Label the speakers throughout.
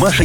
Speaker 1: Маша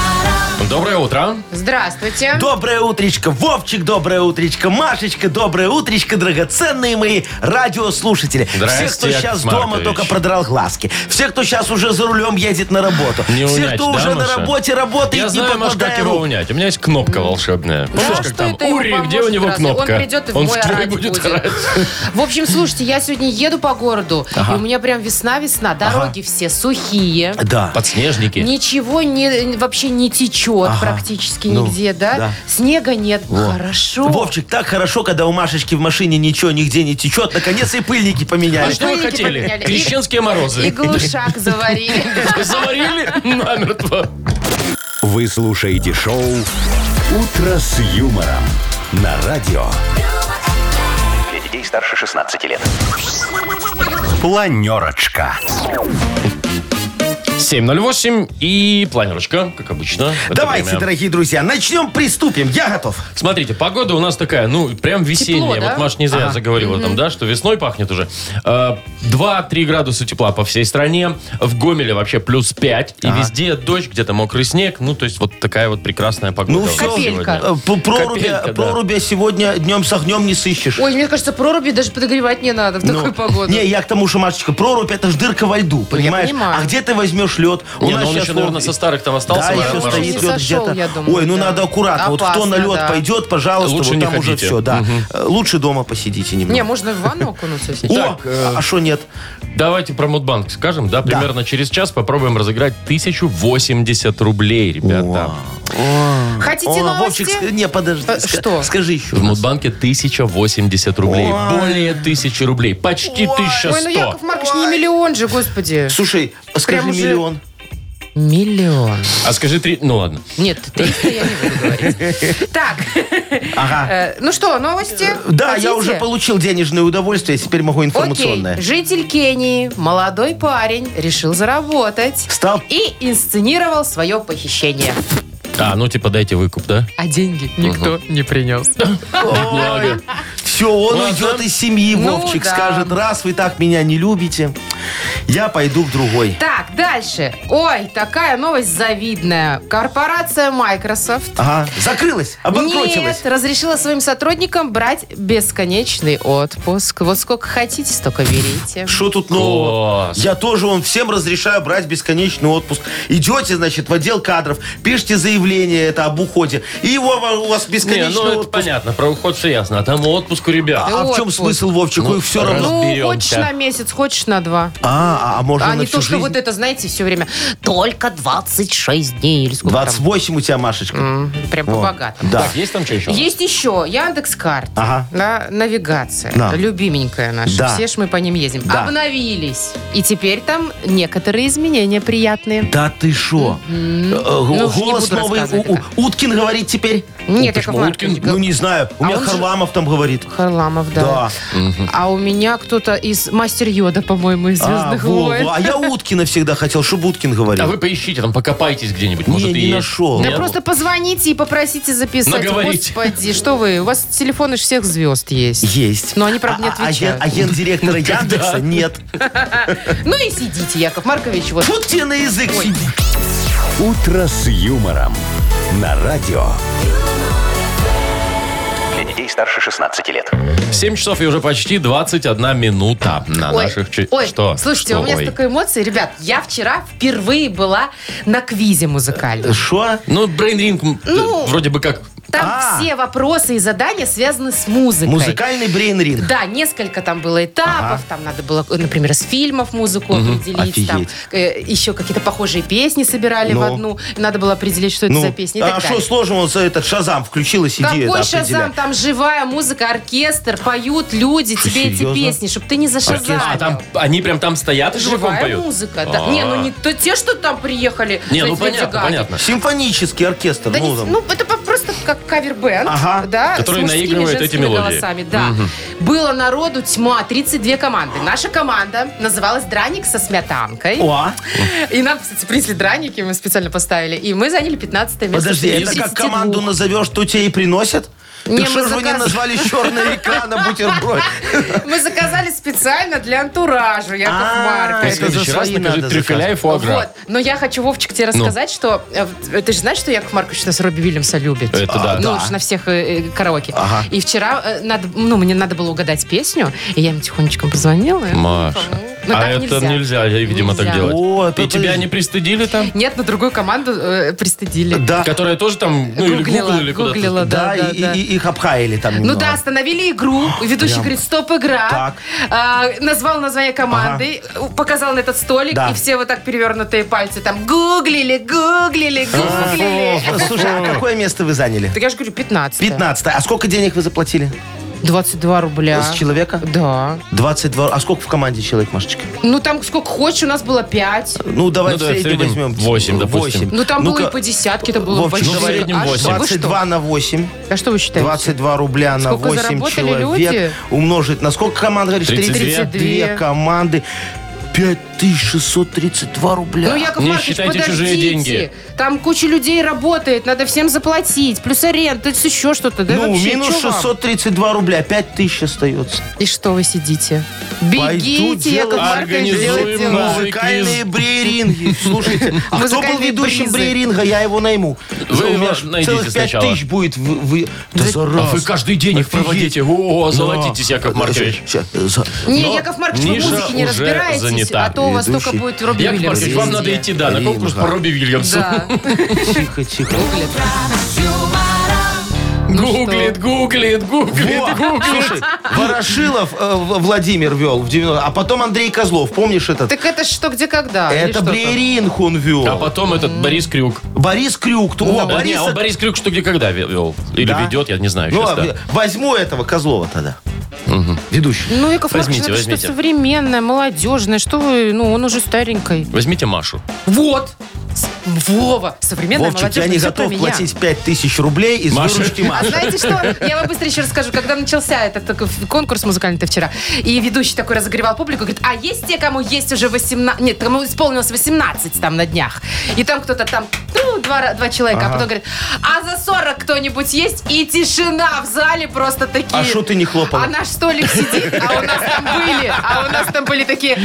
Speaker 2: Доброе утро.
Speaker 3: Здравствуйте.
Speaker 4: Доброе утречко, Вовчик, доброе утречко, Машечка, доброе утречко, драгоценные мои радиослушатели.
Speaker 2: Здрасте,
Speaker 4: Все, кто
Speaker 2: Яков
Speaker 4: сейчас дома
Speaker 2: Маркович.
Speaker 4: только продрал глазки. Все, кто сейчас уже за рулем едет на работу.
Speaker 2: Не
Speaker 4: Все,
Speaker 2: унять,
Speaker 4: кто
Speaker 2: да,
Speaker 4: уже
Speaker 2: Маша?
Speaker 4: на работе работает,
Speaker 2: Я
Speaker 4: не
Speaker 2: знаю, Маш,
Speaker 4: покладая
Speaker 2: как его
Speaker 4: рук.
Speaker 2: унять. У меня есть кнопка волшебная. Помнишь,
Speaker 3: что
Speaker 2: как там?
Speaker 3: это ему
Speaker 2: Ури, где у
Speaker 3: поможет
Speaker 2: него
Speaker 3: разве?
Speaker 2: кнопка?
Speaker 3: Он придет и
Speaker 2: Он
Speaker 3: вдвое
Speaker 2: с тобой
Speaker 3: орать
Speaker 2: будет
Speaker 3: будет.
Speaker 2: орать.
Speaker 3: В общем, слушайте, я сегодня еду по городу, и у меня прям весна-весна. Дороги все сухие.
Speaker 4: Да.
Speaker 2: Подснежники.
Speaker 3: Ничего не, вообще не течет практически
Speaker 4: Ну,
Speaker 3: нигде, да?
Speaker 4: да.
Speaker 3: Снега нет. Хорошо.
Speaker 4: Вовчик, так хорошо, когда у Машечки в машине ничего нигде не течет. Наконец и пыльники
Speaker 2: А
Speaker 4: поменяли.
Speaker 2: что вы
Speaker 3: Пыльники
Speaker 2: хотели?
Speaker 3: поменяли.
Speaker 2: Крещенские морозы.
Speaker 3: И глушак заварили.
Speaker 2: Заварили намертво.
Speaker 1: Вы слушаете шоу «Утро с юмором» на радио. Для детей старше 16 лет. Планерочка.
Speaker 2: 7.08 и планерочка, как обычно. в это
Speaker 4: Давайте,
Speaker 2: время.
Speaker 4: дорогие друзья, начнем, приступим. Я готов.
Speaker 2: Смотрите, погода у нас такая, ну, прям весенняя.
Speaker 3: да?
Speaker 2: Вот Маш не зря заговорила там, да, что весной пахнет уже. Э, 2-3 градуса тепла по всей стране. В Гомеле вообще плюс 5. И везде дождь, где-то мокрый снег. Ну, то есть вот такая вот прекрасная погода.
Speaker 4: Ну,
Speaker 2: у нас
Speaker 4: всё.
Speaker 2: сегодня.
Speaker 3: Капелька.
Speaker 4: Э, п- Прорубя,
Speaker 2: Копейка, да.
Speaker 4: прорубя сегодня днем с огнем не сыщешь.
Speaker 3: Ой, мне кажется, проруби даже подогревать не надо в
Speaker 4: Ну,
Speaker 3: такую погоду.
Speaker 4: Не, я к тому, что, Машечка, прорубь это ж дырка во льду, понимаешь?
Speaker 3: понимаю.
Speaker 4: А где ты возьмешь лед? У
Speaker 2: Не, ну
Speaker 4: нас
Speaker 2: он
Speaker 4: щас
Speaker 2: еще,
Speaker 4: вон-
Speaker 2: наверное, со старых там остался.
Speaker 4: Да,
Speaker 2: Марат
Speaker 4: еще
Speaker 2: Мороз.
Speaker 3: Не
Speaker 4: стоит лед
Speaker 3: сошел,
Speaker 4: где-то.
Speaker 3: я думаю,
Speaker 4: Ой, ну
Speaker 3: да.
Speaker 4: надо аккуратно. вот кто
Speaker 3: Опасно,
Speaker 4: на лед
Speaker 3: да.
Speaker 4: пойдет, пожалуйста,
Speaker 2: Лучше
Speaker 4: вот
Speaker 2: не
Speaker 4: там уже
Speaker 2: ходите.
Speaker 4: все, да. Э, Лучше дома посидите немного.
Speaker 3: Не, э, можно в ванну окунуться сейчас.
Speaker 4: О, а что нет?
Speaker 2: Давайте про Мудбанк скажем, да? Примерно через час попробуем разыграть 1080 рублей, ребята.
Speaker 3: Хотите
Speaker 4: О, Вовчик,
Speaker 3: новости?
Speaker 4: ск- не, подожди.
Speaker 3: Э,
Speaker 4: ска-
Speaker 3: что?
Speaker 4: Скажи еще.
Speaker 2: В Мудбанке 1080 рублей.
Speaker 4: Ой.
Speaker 2: Более 1000 рублей. Почти
Speaker 3: Ой, ну
Speaker 2: 1100.
Speaker 3: Яков Маркович, не миллион же, господи.
Speaker 4: Слушай, скажи
Speaker 3: уже-
Speaker 4: миллион.
Speaker 3: Миллион.
Speaker 2: А скажи три... Ну ладно.
Speaker 3: Нет, 300 я не буду говорить. Так,
Speaker 4: Ага.
Speaker 3: э, ну что, новости?
Speaker 4: Да,
Speaker 3: Хотите?
Speaker 4: я уже получил денежное удовольствие, теперь могу информационное.
Speaker 3: Окей, житель Кении, молодой парень, решил заработать.
Speaker 4: Стал.
Speaker 3: И инсценировал свое похищение.
Speaker 2: А, ну типа дайте выкуп, да?
Speaker 3: А деньги никто не принес.
Speaker 2: Благо.
Speaker 4: Все, он
Speaker 2: Ладно.
Speaker 4: уйдет из семьи,
Speaker 3: Ну
Speaker 4: Вовчик
Speaker 3: да.
Speaker 4: скажет, раз вы так меня не любите, я пойду к другой.
Speaker 3: Так, дальше. Ой, такая новость завидная. Корпорация Microsoft
Speaker 4: Ага, закрылась, обанкротилась.
Speaker 3: Нет, разрешила своим сотрудникам брать бесконечный отпуск. Вот сколько хотите, столько берите.
Speaker 4: Что тут нового?
Speaker 2: Класс.
Speaker 4: Я тоже он всем разрешаю брать бесконечный отпуск. Идете, значит, в отдел кадров, пишите заявление это об уходе, и его во- у вас
Speaker 2: Не,
Speaker 4: бесконечный
Speaker 2: ну это
Speaker 4: отпуск.
Speaker 2: понятно, про уход все ясно. А там отпуск у ребят.
Speaker 4: А в чем
Speaker 3: Отпуск.
Speaker 4: смысл, Вовчик?
Speaker 2: Ну,
Speaker 4: Ой, все
Speaker 2: раз-
Speaker 4: равно.
Speaker 3: Ну,
Speaker 2: разберемся.
Speaker 3: хочешь на месяц, хочешь на два.
Speaker 4: А, а, а можно
Speaker 3: А
Speaker 4: на
Speaker 3: не
Speaker 4: всю
Speaker 3: то, что
Speaker 4: жизнь?
Speaker 3: вот это, знаете, все время. Только 26 дней или сколько
Speaker 4: 28 у тебя, Машечка.
Speaker 3: там. М, Прям
Speaker 4: Вот.
Speaker 3: по-богатому.
Speaker 4: Да.
Speaker 2: А, Так, есть там что еще?
Speaker 3: Есть еще Яндекс.Карт,
Speaker 4: Ага.
Speaker 3: да, навигация,
Speaker 4: Да.
Speaker 3: любименькая наша.
Speaker 4: Да.
Speaker 3: Все ж мы по ним ездим.
Speaker 4: Да.
Speaker 3: Обновились. И теперь там некоторые изменения приятные.
Speaker 4: Да ты шо? Э, э,
Speaker 3: Ну, уж не
Speaker 4: голос
Speaker 3: буду
Speaker 4: новый.
Speaker 3: рассказывать
Speaker 4: У- у-
Speaker 3: это.
Speaker 4: Уткин говорит теперь?
Speaker 3: Нет,
Speaker 2: почему
Speaker 3: Яков Маркович,
Speaker 2: Уткин?
Speaker 3: га-
Speaker 4: Ну, не знаю. У
Speaker 3: А
Speaker 4: меня
Speaker 3: он же-
Speaker 4: Харламов там говорит.
Speaker 3: Харламов, да.
Speaker 4: Да.
Speaker 3: А у меня кто-то из Мастер Йода, по-моему, из
Speaker 4: А,
Speaker 3: Звездных
Speaker 4: во,
Speaker 3: войн.
Speaker 4: во. А я Уткина всегда хотел, чтобы Уткин говорил.
Speaker 2: А вы поищите, там покопайтесь где-нибудь.
Speaker 4: Не,
Speaker 2: Может, и
Speaker 4: не
Speaker 2: есть.
Speaker 4: нашел.
Speaker 3: Да
Speaker 2: Нет?
Speaker 3: просто позвоните и попросите записать.
Speaker 2: Наговорите.
Speaker 3: Господи, что вы? У вас телефоны ж всех звезд есть.
Speaker 4: Есть.
Speaker 3: Но они, правда, не
Speaker 4: А- а-
Speaker 3: отвечают.
Speaker 4: А
Speaker 2: Ну,
Speaker 4: гендиректора Яндекса нет.
Speaker 3: Ну и сидите, Яков Маркович, вот.
Speaker 4: Тут тебе на язык сидит.
Speaker 1: «Утро с юмором» на радио.
Speaker 5: Для детей старше 16 лет.
Speaker 2: 7 часов и уже почти 21 минута на
Speaker 3: Ой,
Speaker 2: наших... чи-
Speaker 3: ой,
Speaker 2: что?
Speaker 3: слушайте,
Speaker 2: Что
Speaker 3: у меня
Speaker 2: ой?
Speaker 3: столько эмоций. Ребят, я вчера впервые была на квизе музыкальном.
Speaker 4: Шо?
Speaker 2: Ну, брейн-ринг м,
Speaker 3: Ну.
Speaker 2: э, вроде бы как...
Speaker 3: Там
Speaker 4: А.
Speaker 3: все вопросы и задания связаны с музыкой.
Speaker 4: Музыкальный брейн-ринг.
Speaker 3: Да, несколько там было этапов, там надо было, э, например, из фильмов музыку определить, там
Speaker 4: Офигеть.
Speaker 3: э, еще какие-то похожие песни собирали в
Speaker 4: Ну.
Speaker 3: одну, надо было определить, что это
Speaker 4: Ну,
Speaker 3: за песни и
Speaker 4: а
Speaker 3: так
Speaker 4: что
Speaker 3: далее.
Speaker 4: сложно, он за этот Шазам включил и сиди это
Speaker 3: Какой
Speaker 4: определяй.
Speaker 3: шазам, там живая музыка, оркестр, поют люди, тебе
Speaker 4: серьезно?
Speaker 3: эти песни, чтобы ты не
Speaker 2: А, там,
Speaker 3: зашазал.
Speaker 2: они прям там стоят и живаком
Speaker 3: Живая
Speaker 2: поют? А.
Speaker 3: музыка. да. Не, ну не то те, что там приехали.
Speaker 2: Не,
Speaker 3: с
Speaker 2: ну
Speaker 3: этими
Speaker 2: понятно,
Speaker 3: Леди Гагой.
Speaker 2: понятно.
Speaker 4: Симфонический оркестр.
Speaker 3: Да
Speaker 4: ну,
Speaker 3: не-
Speaker 4: там.
Speaker 3: ну, это по- просто как кавер-бенд,
Speaker 4: Ага.
Speaker 3: да,
Speaker 2: Который
Speaker 3: с мужскими
Speaker 2: наигрывает
Speaker 3: женскими
Speaker 2: эти мелодии.
Speaker 3: голосами. Да. Было народу тьма, 32 команды. Наша команда называлась «Драник со сметанкой».
Speaker 4: О,
Speaker 3: И нам, кстати, принесли драники, мы специально поставили. И мы заняли 15 место.
Speaker 4: подожди,
Speaker 3: среди
Speaker 4: это как
Speaker 3: 32.
Speaker 4: команду назовешь, то тебе и приносят?
Speaker 3: Не,
Speaker 4: Так что
Speaker 3: мы
Speaker 4: же вы не
Speaker 3: заказ-
Speaker 4: назвали черная река на бутерброд?
Speaker 3: Мы заказали специально для антуража, Яков
Speaker 4: А,
Speaker 2: В
Speaker 3: Маркович.
Speaker 4: это за
Speaker 2: следующий раз
Speaker 4: свои
Speaker 2: накажи
Speaker 4: надо
Speaker 2: трюфеля и
Speaker 3: Вот.
Speaker 2: фуагра.
Speaker 3: Но я хочу, Вовчик,
Speaker 2: Ну.
Speaker 3: тебе рассказать, что... э, Ты же знаешь, что Яков Маркович нас Робби Вильямса любит?
Speaker 2: Это да.
Speaker 3: Ну, уж на всех э, э, караоке.
Speaker 4: Ага.
Speaker 3: И вчера э, надо, ну, мне надо было угадать песню, и я им тихонечко позвонила. и-
Speaker 2: Маша.
Speaker 3: Ну,
Speaker 2: а
Speaker 3: так
Speaker 2: это
Speaker 3: нельзя.
Speaker 2: нельзя, я, видимо, так
Speaker 3: Нельзя.
Speaker 2: делать.
Speaker 4: О,
Speaker 2: И
Speaker 4: это-
Speaker 2: тебя не пристыдили там?
Speaker 3: Нет, на другую команду э, пристыдили.
Speaker 4: Да,
Speaker 2: Которая тоже там, ну, или
Speaker 3: Гуглила,
Speaker 2: гуглила, или куда-то.
Speaker 3: гуглила,
Speaker 4: да,
Speaker 3: да, да,
Speaker 4: и-
Speaker 3: да.
Speaker 4: и- и их обхаяли там
Speaker 3: Ну
Speaker 4: немного.
Speaker 3: да, остановили игру. Ведущий говорит, стоп, игра.
Speaker 4: Так.
Speaker 3: А, назвал название команды, показал на этот столик,
Speaker 4: Да.
Speaker 3: и все вот так перевернутые пальцы там гуглили, гуглили, гуглили.
Speaker 4: Слушай, а какое место вы заняли?
Speaker 3: Так я же говорю, 15.
Speaker 4: 15 А сколько денег вы заплатили?
Speaker 3: 22 рубля.
Speaker 4: С человека?
Speaker 3: Да.
Speaker 4: 22. А сколько в команде человек, Машечка?
Speaker 3: Ну там сколько хочешь, у нас было 5.
Speaker 4: Ну, давай
Speaker 2: Ну,
Speaker 4: в
Speaker 2: давай в
Speaker 4: среднем
Speaker 2: среднем
Speaker 4: возьмем.
Speaker 2: восемь, допустим.
Speaker 4: Восемь.
Speaker 3: Ну там было
Speaker 4: Ну-ка,
Speaker 3: и по десятке, там было
Speaker 4: Вовчик,
Speaker 3: большое.
Speaker 4: в среднем
Speaker 3: А
Speaker 2: восемь.
Speaker 3: что, вы что?
Speaker 4: 22 на 8.
Speaker 3: А что вы считаете?
Speaker 4: 22 рубля на
Speaker 3: Сколько
Speaker 4: 8
Speaker 3: заработали
Speaker 4: человек.
Speaker 3: люди?
Speaker 4: Умножить на сколько команд, говоришь?
Speaker 2: 32.
Speaker 4: 32 команды. 5632 рубля.
Speaker 3: Ну, Яков
Speaker 2: Не
Speaker 3: Маркович,
Speaker 2: считайте
Speaker 3: подождите.
Speaker 2: чужие деньги.
Speaker 3: Там куча людей работает, надо всем заплатить. Плюс аренда, это еще что-то. Да
Speaker 4: Ну,
Speaker 3: вообще,
Speaker 4: минус
Speaker 3: чё вам?
Speaker 4: 632 рубля, 5000 остается.
Speaker 3: И что вы сидите?
Speaker 4: Пойду
Speaker 3: Бегите,
Speaker 4: делать-
Speaker 3: Яков Маркович,
Speaker 2: Организуем
Speaker 3: делать дела.
Speaker 2: новый
Speaker 4: Музыкальные брейринги. Слушайте, а кто был
Speaker 3: Музыкальные
Speaker 4: ведущим
Speaker 3: бризы.
Speaker 4: брейринга, я его найму.
Speaker 2: Вы
Speaker 4: У меня
Speaker 2: его
Speaker 4: ж
Speaker 2: найдите
Speaker 4: целых
Speaker 2: сначала.
Speaker 4: 5000 будет. в- вы- Да
Speaker 2: А
Speaker 4: зараз.
Speaker 2: вы каждый день их
Speaker 4: Офигеть.
Speaker 2: проводите. О,
Speaker 4: Да.
Speaker 2: золотитесь, Яков Маркович.
Speaker 4: Ща, э, за-
Speaker 3: Не,
Speaker 2: Но
Speaker 3: Яков Маркович, вы в
Speaker 2: ниша
Speaker 3: музыке не
Speaker 2: уже
Speaker 3: разбираетесь,
Speaker 2: занята.
Speaker 3: а то у вас
Speaker 4: Ведущий.
Speaker 3: только будет Робби
Speaker 2: Яков
Speaker 3: Уильямс
Speaker 2: Маркович, вам
Speaker 3: везде.
Speaker 2: надо идти, да, на
Speaker 4: Рим,
Speaker 2: конкурс
Speaker 4: да.
Speaker 2: по Робби Вильямсу.
Speaker 3: Да.
Speaker 4: Тихо, тихо.
Speaker 2: Гуглит, гуглит, гуглит,
Speaker 4: Во,
Speaker 2: гуглит.
Speaker 4: слушай, Ворошилов э, В- Владимир вел в 90 а потом Андрей Козлов, помнишь этот?
Speaker 3: Так это что, где, когда? а, Или
Speaker 4: Это
Speaker 3: что там?
Speaker 4: брейринг он
Speaker 2: А
Speaker 4: вел.
Speaker 2: потом этот Борис Крюк.
Speaker 4: Борис Крюк. то- О,
Speaker 2: Э, не,
Speaker 4: Борис...
Speaker 2: он Борис Крюк что где когда ве- вел? Или
Speaker 4: Да.
Speaker 2: ведет, я не знаю
Speaker 4: Ну,
Speaker 2: сейчас,
Speaker 4: а,
Speaker 2: да.
Speaker 4: возьму этого Козлова тогда. Ведущий.
Speaker 3: Ну, Яков Маркович,
Speaker 2: Возьмите,
Speaker 3: это что
Speaker 2: возьмите.
Speaker 3: современное, молодежное, что вы, ну, он уже старенький.
Speaker 2: Возьмите Машу.
Speaker 3: Вот! С- Вова! Современная
Speaker 4: Вовчик, я
Speaker 3: молодежная,
Speaker 4: не
Speaker 3: всё про
Speaker 4: готов
Speaker 3: меня.
Speaker 4: платить 5000 рублей из
Speaker 2: Маша.
Speaker 4: выручки
Speaker 3: А
Speaker 4: Маши.
Speaker 3: знаете что? Я вам быстро еще расскажу. Когда начался этот такой конкурс музыкальный-то вчера, и ведущий такой разогревал публику, говорит, а есть те, кому есть уже 18... Нет, кому исполнилось 18 там на днях. И там кто-то там, ну, два, ра- два человека. А потом говорит, а за 40 кто-нибудь есть? И тишина в зале просто такие...
Speaker 4: А шо ты не хлопала?
Speaker 3: А наш столик сидит, а у нас там были, а у нас там были такие...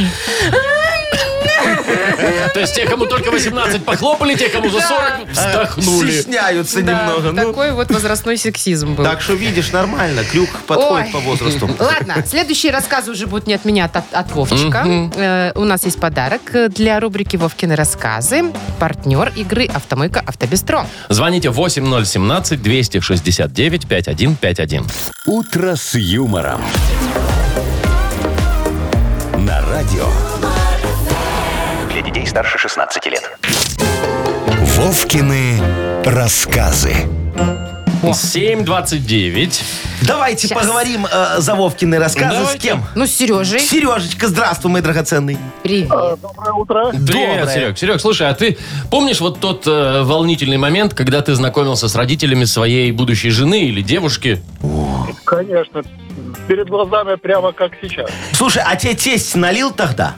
Speaker 2: То есть те, кому только 18 похлопали, те, кому за
Speaker 4: А,
Speaker 2: 40 вздохнули.
Speaker 4: Стесняются
Speaker 3: Да,
Speaker 4: немного. ну.
Speaker 3: такой вот возрастной сексизм был.
Speaker 4: Так что видишь, нормально. Крюк подходит
Speaker 3: Ой.
Speaker 4: по возрасту.
Speaker 3: Ладно, следующие рассказы уже будут не от меня, а от, от Вовчика. Э, у нас есть подарок для рубрики «Вовкины рассказы». Партнер игры «Автомойка Автобестро».
Speaker 2: Звоните 8017-269-5151.
Speaker 1: «Утро с юмором». На радио
Speaker 5: Для детей старше 16 лет.
Speaker 1: «Вовкины рассказы».
Speaker 2: 729.
Speaker 4: Давайте
Speaker 3: Щас.
Speaker 4: поговорим э, за Вовкины рассказы.
Speaker 2: Давайте.
Speaker 4: С кем?
Speaker 3: Ну, с Сережей.
Speaker 4: Сережечка, здравствуй, мой драгоценный. А,
Speaker 3: Привет.
Speaker 2: Привет,
Speaker 4: Доброе.
Speaker 2: Серег. Серег, слушай, а ты помнишь вот тот э, волнительный момент, когда ты знакомился с родителями своей будущей жены или девушки?
Speaker 6: Конечно. Перед глазами прямо как сейчас.
Speaker 4: Слушай, а тебе тесть налил тогда?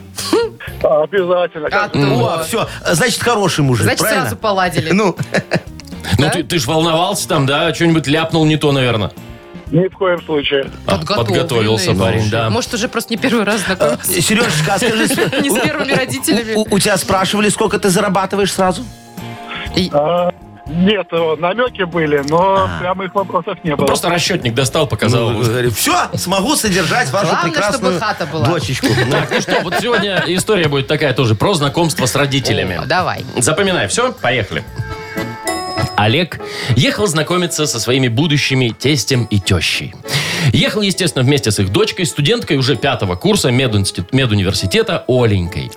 Speaker 6: А, Обязательно.
Speaker 3: А
Speaker 6: как
Speaker 3: ты-
Speaker 4: О, Ну, все, значит, хороший мужик,
Speaker 3: Значит,
Speaker 4: правильно?
Speaker 3: сразу поладили.
Speaker 4: Ну,
Speaker 2: Ну, ты, ты ж волновался там, да? Что-нибудь ляпнул не то, наверное.
Speaker 6: Ни в коем случае.
Speaker 2: подготовился
Speaker 3: Подготовленный.
Speaker 2: парень, да.
Speaker 3: Может, уже просто не первый раз знакомиться.
Speaker 4: Э, Сережечка, Ну, а скажи... с-
Speaker 3: Не с
Speaker 4: у-
Speaker 3: первыми родителями.
Speaker 4: у- У тебя спрашивали, сколько ты зарабатываешь сразу?
Speaker 6: А, нет, э, намеки были, но прямо их вопросов не было.
Speaker 2: Просто расчетник достал, показал.
Speaker 3: Ну,
Speaker 4: Ну,
Speaker 3: э,
Speaker 4: все, смогу содержать вашу
Speaker 3: Главное,
Speaker 4: прекрасную
Speaker 3: чтобы хата была.
Speaker 4: дочечку. Ну,
Speaker 2: Так, ну что, вот сегодня история будет такая тоже, про знакомство с родителями.
Speaker 3: О, Давай.
Speaker 2: Запоминай, все, поехали. Олег ехал знакомиться со своими будущими тестем и тещей. Ехал, естественно, вместе с их дочкой, студенткой уже пятого курса мединсти- медуниверситета Оленькой.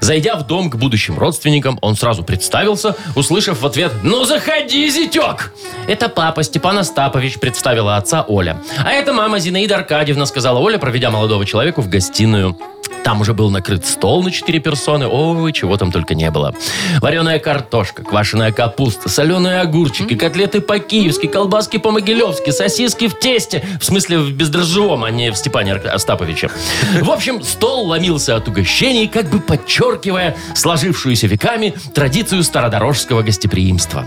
Speaker 2: Зайдя в дом к будущим родственникам, он сразу представился, услышав в ответ «Ну заходи, зятек!» Это папа Степан Остапович представила отца Оля. А это мама Зинаида Аркадьевна, сказала Оля, проведя молодого человека в гостиную. Там уже был накрыт стол на 4 персоны. Ой, чего там только не было. Вареная картошка, квашеная капуста, соленые огурчики, котлеты по-киевски, колбаски по-могилевски, сосиски в тесте. В смысле, в бездрожжевом, а не в Степане Арк- Остаповиче. В общем, стол ломился от угощений, как бы подчеркивая сложившуюся веками традицию стародорожского гостеприимства.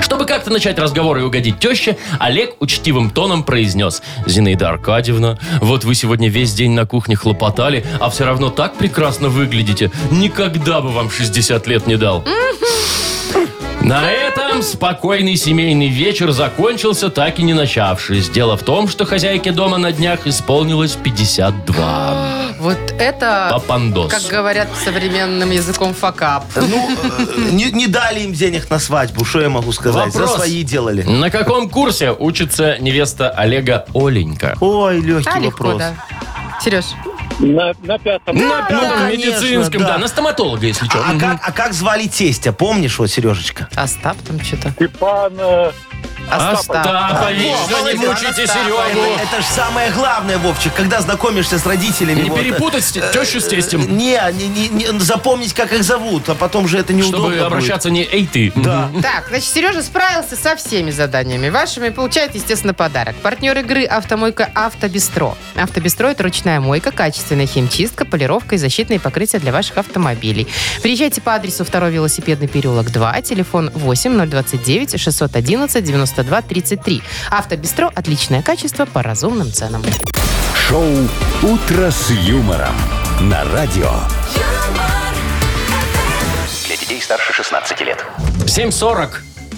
Speaker 2: Чтобы как-то начать разговор и угодить теще, Олег учтивым тоном произнес. «Зинаида Аркадьевна, вот вы сегодня весь день на кухне хлопотали, а все равно так прекрасно выглядите. Никогда бы вам 60 лет не дал». На этом спокойный семейный вечер закончился, так и не начавшись. Дело в том, что хозяйке дома на днях исполнилось 52.
Speaker 3: Вот это,
Speaker 2: Папандос.
Speaker 3: как говорят современным языком, факап.
Speaker 4: Ну, э, не, не дали им денег на свадьбу, что я могу сказать.
Speaker 2: Вопрос.
Speaker 4: За свои делали.
Speaker 2: На каком курсе учится невеста Олега Оленька?
Speaker 4: Ой, легкий
Speaker 3: А, легко,
Speaker 4: вопрос.
Speaker 3: да. Сереж,
Speaker 6: На, на пятом.
Speaker 2: на пятом
Speaker 4: конечно,
Speaker 2: медицинском, да.
Speaker 4: да.
Speaker 2: на стоматолога, если что.
Speaker 4: А, а как, а как звали тестя? Помнишь, вот, Сережечка?
Speaker 3: Остап там что-то.
Speaker 6: Степан. э,
Speaker 2: А
Speaker 4: А
Speaker 2: Остапович, да не мучите Серегу.
Speaker 4: Это, же самое главное, Вовчик, когда знакомишься с родителями.
Speaker 2: Не
Speaker 4: вот, э,
Speaker 2: перепутать с- тещу с тестем,
Speaker 4: Не, не, не, не, запомнить, как их зовут, а потом же это неудобно
Speaker 2: чтобы
Speaker 4: будет.
Speaker 2: обращаться не «эй ты». Да.
Speaker 3: Так, значит, Сережа справился со всеми заданиями вашими. Получает, естественно, подарок. Партнер игры «Автомойка Автобестро». «Автобестро» — это ручная мойка, качественная химчистка, полировка и защитные покрытия для ваших автомобилей. Приезжайте по адресу 2 велосипедный переулок 2, телефон 8 029 611 92 33. «Автобестро» — отличное качество по разумным ценам.
Speaker 1: Шоу «Утро с юмором» на радио.
Speaker 7: юмор,
Speaker 5: Для детей старше 16 лет.
Speaker 2: 7.40.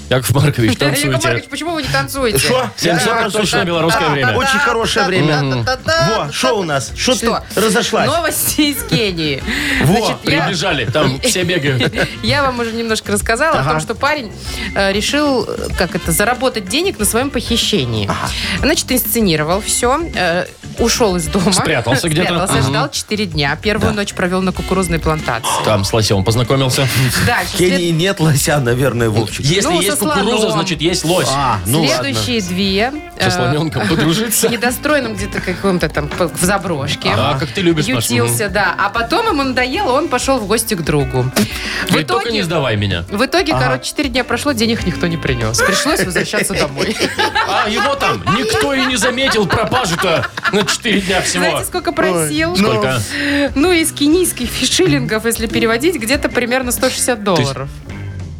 Speaker 2: Яков Маркович,
Speaker 3: Яков
Speaker 2: танцуйте.
Speaker 3: Маркович, почему вы не танцуете?
Speaker 4: Что?
Speaker 2: 7.40 точно белорусское
Speaker 3: Да,
Speaker 2: время.
Speaker 3: да,
Speaker 4: Очень
Speaker 3: да,
Speaker 4: хорошее
Speaker 3: да,
Speaker 4: время.
Speaker 3: да, да, да,
Speaker 4: Во, что у нас? Что ты
Speaker 3: Ну, Что? Ну,
Speaker 4: разошлась?
Speaker 3: Новости из Кении.
Speaker 2: Во,
Speaker 3: я-
Speaker 2: прибежали, там все бегают.
Speaker 3: Я вам уже немножко рассказала о том, что парень э, решил, э, как это, заработать денег на своем похищении. Значит, инсценировал все, ушел из дома.
Speaker 2: Спрятался где-то.
Speaker 3: Спрятался,
Speaker 2: Мгм.
Speaker 3: ждал 4 дня. Первую ночь провел на кукурузной плантации.
Speaker 2: Там с лосем познакомился.
Speaker 3: Дальше.
Speaker 4: В Кении
Speaker 3: след-
Speaker 4: нет лося, наверное, Вовчик.
Speaker 2: Если
Speaker 3: Ну,
Speaker 2: есть
Speaker 3: со
Speaker 2: кукуруза,
Speaker 3: слоном.
Speaker 2: значит есть лось.
Speaker 4: А, ну ладно.
Speaker 3: Следующие две...
Speaker 2: Со
Speaker 3: э,
Speaker 2: слоненком подружиться.
Speaker 3: недостроенным где-то каком-то там п- в заброшке.
Speaker 2: Да, как ты любишь, Маш.
Speaker 3: Ютился, да. А потом ему надоело, он пошел в гости к другу. В
Speaker 2: Говорит, только не сдавай меня.
Speaker 3: В итоге, короче, 4 дня прошло, денег никто не принес. Пришлось возвращаться домой.
Speaker 2: А его там никто и не заметил пропажу-то на 4 дня всего.
Speaker 3: Знаете, сколько просил?
Speaker 2: Сколько?
Speaker 3: Ну, из кенийских фишилингов, если переводить, где-то примерно 160 долларов.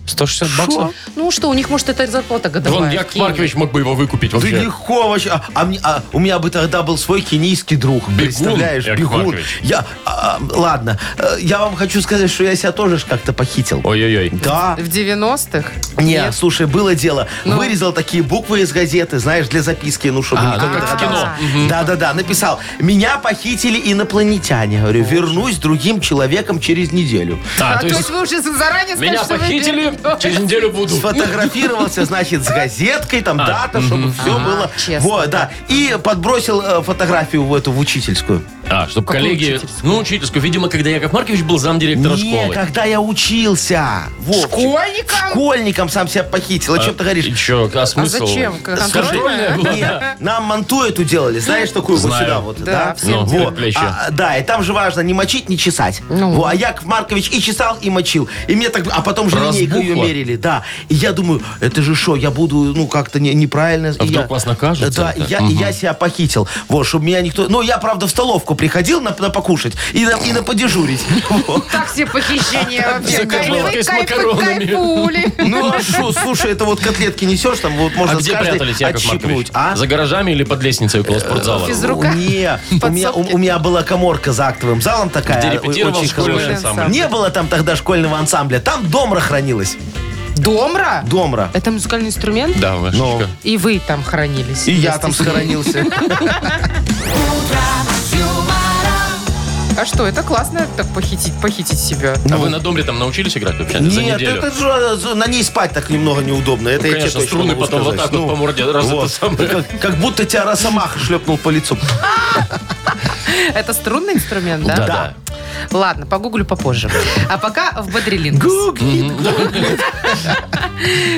Speaker 2: 160 баксов?
Speaker 3: Ну что, у них, может, это зарплата годовая.
Speaker 2: Вон
Speaker 3: в
Speaker 2: Яков
Speaker 3: Кении.
Speaker 2: Маркович мог бы его выкупить
Speaker 4: Да
Speaker 2: вообще.
Speaker 4: легко вообще. А, а мне- а у меня бы тогда был свой кенийский друг. представляешь,
Speaker 2: Яков
Speaker 4: бегун.
Speaker 2: Маркович.
Speaker 4: Я, а, а, ладно, э, я вам хочу сказать, что я себя тоже ж как-то похитил.
Speaker 2: Ой-ой-ой.
Speaker 4: Да.
Speaker 3: В 90-х?
Speaker 4: Не,
Speaker 3: Нет.
Speaker 4: слушай, было дело.
Speaker 3: Ну.
Speaker 4: Вырезал такие буквы из газеты, знаешь, для записки, ну, чтобы
Speaker 2: А,
Speaker 4: никто
Speaker 2: ну,
Speaker 4: не
Speaker 2: как в
Speaker 4: догадался.
Speaker 2: кино.
Speaker 4: Да-да-да, написал. Меня похитили инопланетяне. Говорю, вернусь другим человеком через неделю.
Speaker 2: А,
Speaker 3: А,
Speaker 2: то есть
Speaker 3: вы уже заранее
Speaker 2: меня
Speaker 3: сказали, что вы
Speaker 2: похитили,
Speaker 3: берете.
Speaker 2: через неделю буду.
Speaker 4: Сфотографировался, значит, с газеткой, там дата, чтобы все
Speaker 3: Ну. А,
Speaker 4: было.
Speaker 3: честно
Speaker 4: Вот, да. И подбросил э, фотографию в эту в учительскую.
Speaker 2: А, чтобы
Speaker 3: Какую
Speaker 2: коллеги...
Speaker 3: учительскую?
Speaker 2: Ну, учительскую. Видимо, когда Яков Маркович был замдиректора
Speaker 4: Не,
Speaker 2: школы.
Speaker 4: когда я учился. Вовчик.
Speaker 3: Школьником?
Speaker 4: Школьником сам себя похитил. О чем ты
Speaker 2: И
Speaker 4: говоришь?
Speaker 2: чё, а смысл?
Speaker 3: зачем? Контрольная?
Speaker 2: Контрольная была,
Speaker 4: Нет,
Speaker 2: да.
Speaker 4: нам манту эту делали, знаешь, такую вот
Speaker 2: Знаю.
Speaker 4: сюда вот,
Speaker 3: Да,
Speaker 4: да?
Speaker 3: всем
Speaker 2: Ну,
Speaker 4: Во.
Speaker 2: предплечье.
Speaker 4: А, да, и там же важно не мочить, не чесать.
Speaker 3: Ну.
Speaker 4: Во, а Яков Маркович и чесал, и мочил. И мне так, а потом же линейку ее
Speaker 2: Разбухло.
Speaker 4: мерили, да. И я думаю, это же что, я буду, ну, как-то не- неправильно.
Speaker 2: А
Speaker 4: И
Speaker 2: вдруг
Speaker 4: я-
Speaker 2: вас накажут за
Speaker 4: Да,
Speaker 2: это?
Speaker 4: и я, и я себя похитил. Вот, чтобы меня никто... Ну, я, правда, в столовку приходил на, на покушать и на, и на подежурить. Во.
Speaker 3: Так себе похищение вообще.
Speaker 2: За козловкой
Speaker 3: Кайфы,
Speaker 2: с
Speaker 3: кайфы,
Speaker 2: макаронами.
Speaker 3: кайфули.
Speaker 4: Ну, а шо, слушай, это вот котлетки несешь, там вот
Speaker 2: А
Speaker 4: можно с
Speaker 2: где
Speaker 4: каждой
Speaker 2: прятались, Яков Маркович?
Speaker 4: отщипнуть. А? Э,
Speaker 2: За гаражами или под лестницей около спортзала?
Speaker 3: Физрук. рука?
Speaker 4: Ну, Не, у меня, у, у меня была коморка за актовым залом такая.
Speaker 2: Где
Speaker 4: о-
Speaker 2: репетировал
Speaker 4: очень
Speaker 2: школьный
Speaker 4: хорошая.
Speaker 2: ансамбль.
Speaker 4: Не было там тогда школьного ансамбля. Там домра хранилась.
Speaker 3: Домра?
Speaker 4: Домра.
Speaker 3: Это музыкальный инструмент?
Speaker 2: Да, А
Speaker 4: Ну.
Speaker 2: Машечка.
Speaker 3: И вы там хранились.
Speaker 4: И я там схоронился.
Speaker 3: А что, это классно так похитить, похитить себя.
Speaker 2: А вы на домре там научились играть вообще за
Speaker 4: ну Нет,
Speaker 2: неделю?
Speaker 4: это же за- на ней спать так немного неудобно. Это
Speaker 2: Ну,
Speaker 4: я тебе
Speaker 2: конечно,
Speaker 4: точно
Speaker 2: струны
Speaker 4: могу
Speaker 2: потом вот
Speaker 4: сказать.
Speaker 2: так вот
Speaker 4: Ну,
Speaker 2: по морде раз это
Speaker 4: вот.
Speaker 2: самое.
Speaker 4: Как, как будто тебя росомаха шлепнул по лицу.
Speaker 3: Это струнный инструмент, да?
Speaker 2: Да, да.
Speaker 3: Ладно, погуглю попозже. А пока в Бодрилингус.
Speaker 2: Ну,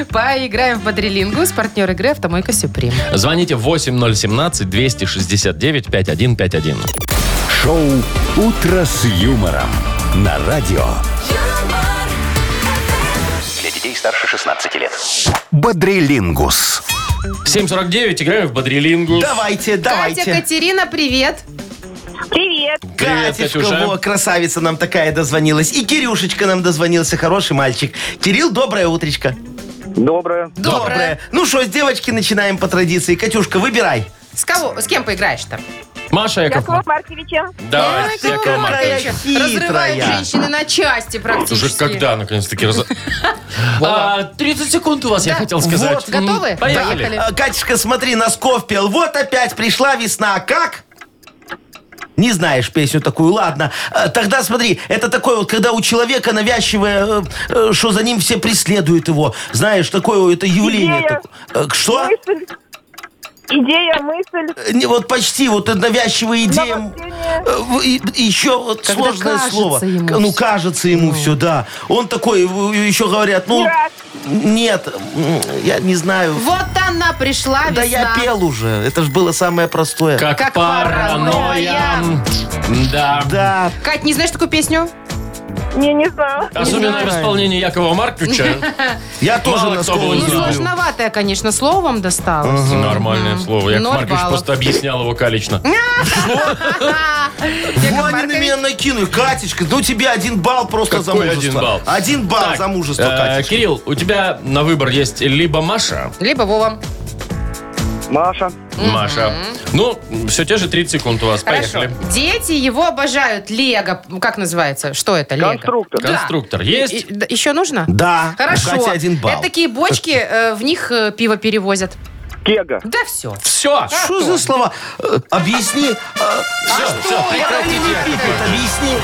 Speaker 3: Поиграем в Бодрилингус. Партнер игры «Автомойка Сюприм».
Speaker 2: Звоните 8017-269-5151.
Speaker 1: Шоу «Утро с юмором» на радио.
Speaker 7: юмор,
Speaker 5: Для детей старше 16 лет.
Speaker 1: Бодрилингус.
Speaker 2: 7.49, играем в бодрелингу.
Speaker 4: Давайте, давайте.
Speaker 3: Катя, Катерина, привет.
Speaker 8: Привет.
Speaker 2: Привет,
Speaker 4: Катюшка,
Speaker 2: Катюша.
Speaker 4: во, красавица нам такая дозвонилась. И Кирюшечка нам дозвонился, хороший мальчик. Кирилл, доброе утречко.
Speaker 9: Доброе.
Speaker 3: Доброе.
Speaker 4: Ну что, с девочки начинаем по традиции. Катюшка, выбирай.
Speaker 3: С кого, с кем поиграешь-то?
Speaker 2: Маша Яковлевна.
Speaker 8: Якова Марковича.
Speaker 2: Давай,
Speaker 3: Ой,
Speaker 2: Якова
Speaker 3: какая
Speaker 2: Маркович.
Speaker 3: хитрая.
Speaker 4: Хитрая.
Speaker 3: Разрывает женщины на части практически.
Speaker 2: Уже когда, наконец-таки, раз... А, 30 секунд у вас, я
Speaker 3: Да.
Speaker 2: хотел сказать.
Speaker 3: Вот, готовы?
Speaker 2: М, Поехали.
Speaker 3: Поехали.
Speaker 4: А, Катюшка, смотри, Носков пел. Вот опять пришла весна. Как? Не знаешь песню такую, ладно. А, Тогда смотри, это такое вот, когда у человека навязчивое, э, э, что за ним все преследуют его. Знаешь, такое вот это явление.
Speaker 8: Идея.
Speaker 4: Так- э, Что?
Speaker 8: Мысль. Идея, мысль.
Speaker 4: Э, не, Вот почти, вот э, навязчивая идея.
Speaker 8: Наваждение.
Speaker 4: Э, в- и- и Еще вот
Speaker 3: Когда
Speaker 4: сложное
Speaker 3: кажется
Speaker 4: слово.
Speaker 3: ему
Speaker 4: К- ну,
Speaker 3: всё.
Speaker 4: кажется ему все, да. Он такой, э, еще говорят, ну,
Speaker 8: Дурак.
Speaker 4: нет, м, я не знаю.
Speaker 3: Вот она пришла весна.
Speaker 4: Да я пел уже. Это же было самое простое.
Speaker 2: Как,
Speaker 3: Как
Speaker 2: паранойя. Да.
Speaker 4: Да.
Speaker 3: Кать, не знаешь такую песню?
Speaker 8: Не, не знаю.
Speaker 2: Особенно в исполнении Якова Марковича.
Speaker 4: Я тоже
Speaker 2: кто
Speaker 4: на
Speaker 2: был
Speaker 4: скобу
Speaker 2: не
Speaker 3: Ну,
Speaker 2: знаю.
Speaker 3: сложноватое, конечно, словом досталось.
Speaker 2: Нормальное слово. Яков
Speaker 3: Ноль
Speaker 2: Маркович
Speaker 3: баллов.
Speaker 2: просто объяснял его калично.
Speaker 3: А, Яков
Speaker 4: Вон они Ну, на
Speaker 3: Маркович.
Speaker 4: меня накинули. Катечка, ну тебе один балл просто за
Speaker 2: Какой
Speaker 4: мужество.
Speaker 2: один балл?
Speaker 4: Один балл
Speaker 2: Так,
Speaker 4: за мужество,
Speaker 2: э,
Speaker 4: Катечка.
Speaker 2: Кирилл, у тебя на выбор есть либо Маша,
Speaker 3: Либо Вова.
Speaker 9: Маша.
Speaker 2: Маша. Ну, все те же 30 секунд у вас.
Speaker 3: Хорошо.
Speaker 2: Поехали.
Speaker 3: Дети его обожают. Лего. Как называется? Что это? Лего.
Speaker 9: Конструктор.
Speaker 3: Да.
Speaker 2: Конструктор есть?
Speaker 3: И- да, еще нужно?
Speaker 4: Да,
Speaker 3: Хорошо.
Speaker 4: Катя один балл.
Speaker 3: Это такие бочки, э, в них э, пиво перевозят.
Speaker 9: Кега.
Speaker 3: Да все.
Speaker 2: Все.
Speaker 4: Что за слова? Э, Объясни. э,
Speaker 2: Все, все,
Speaker 4: это они не пикают, объясни.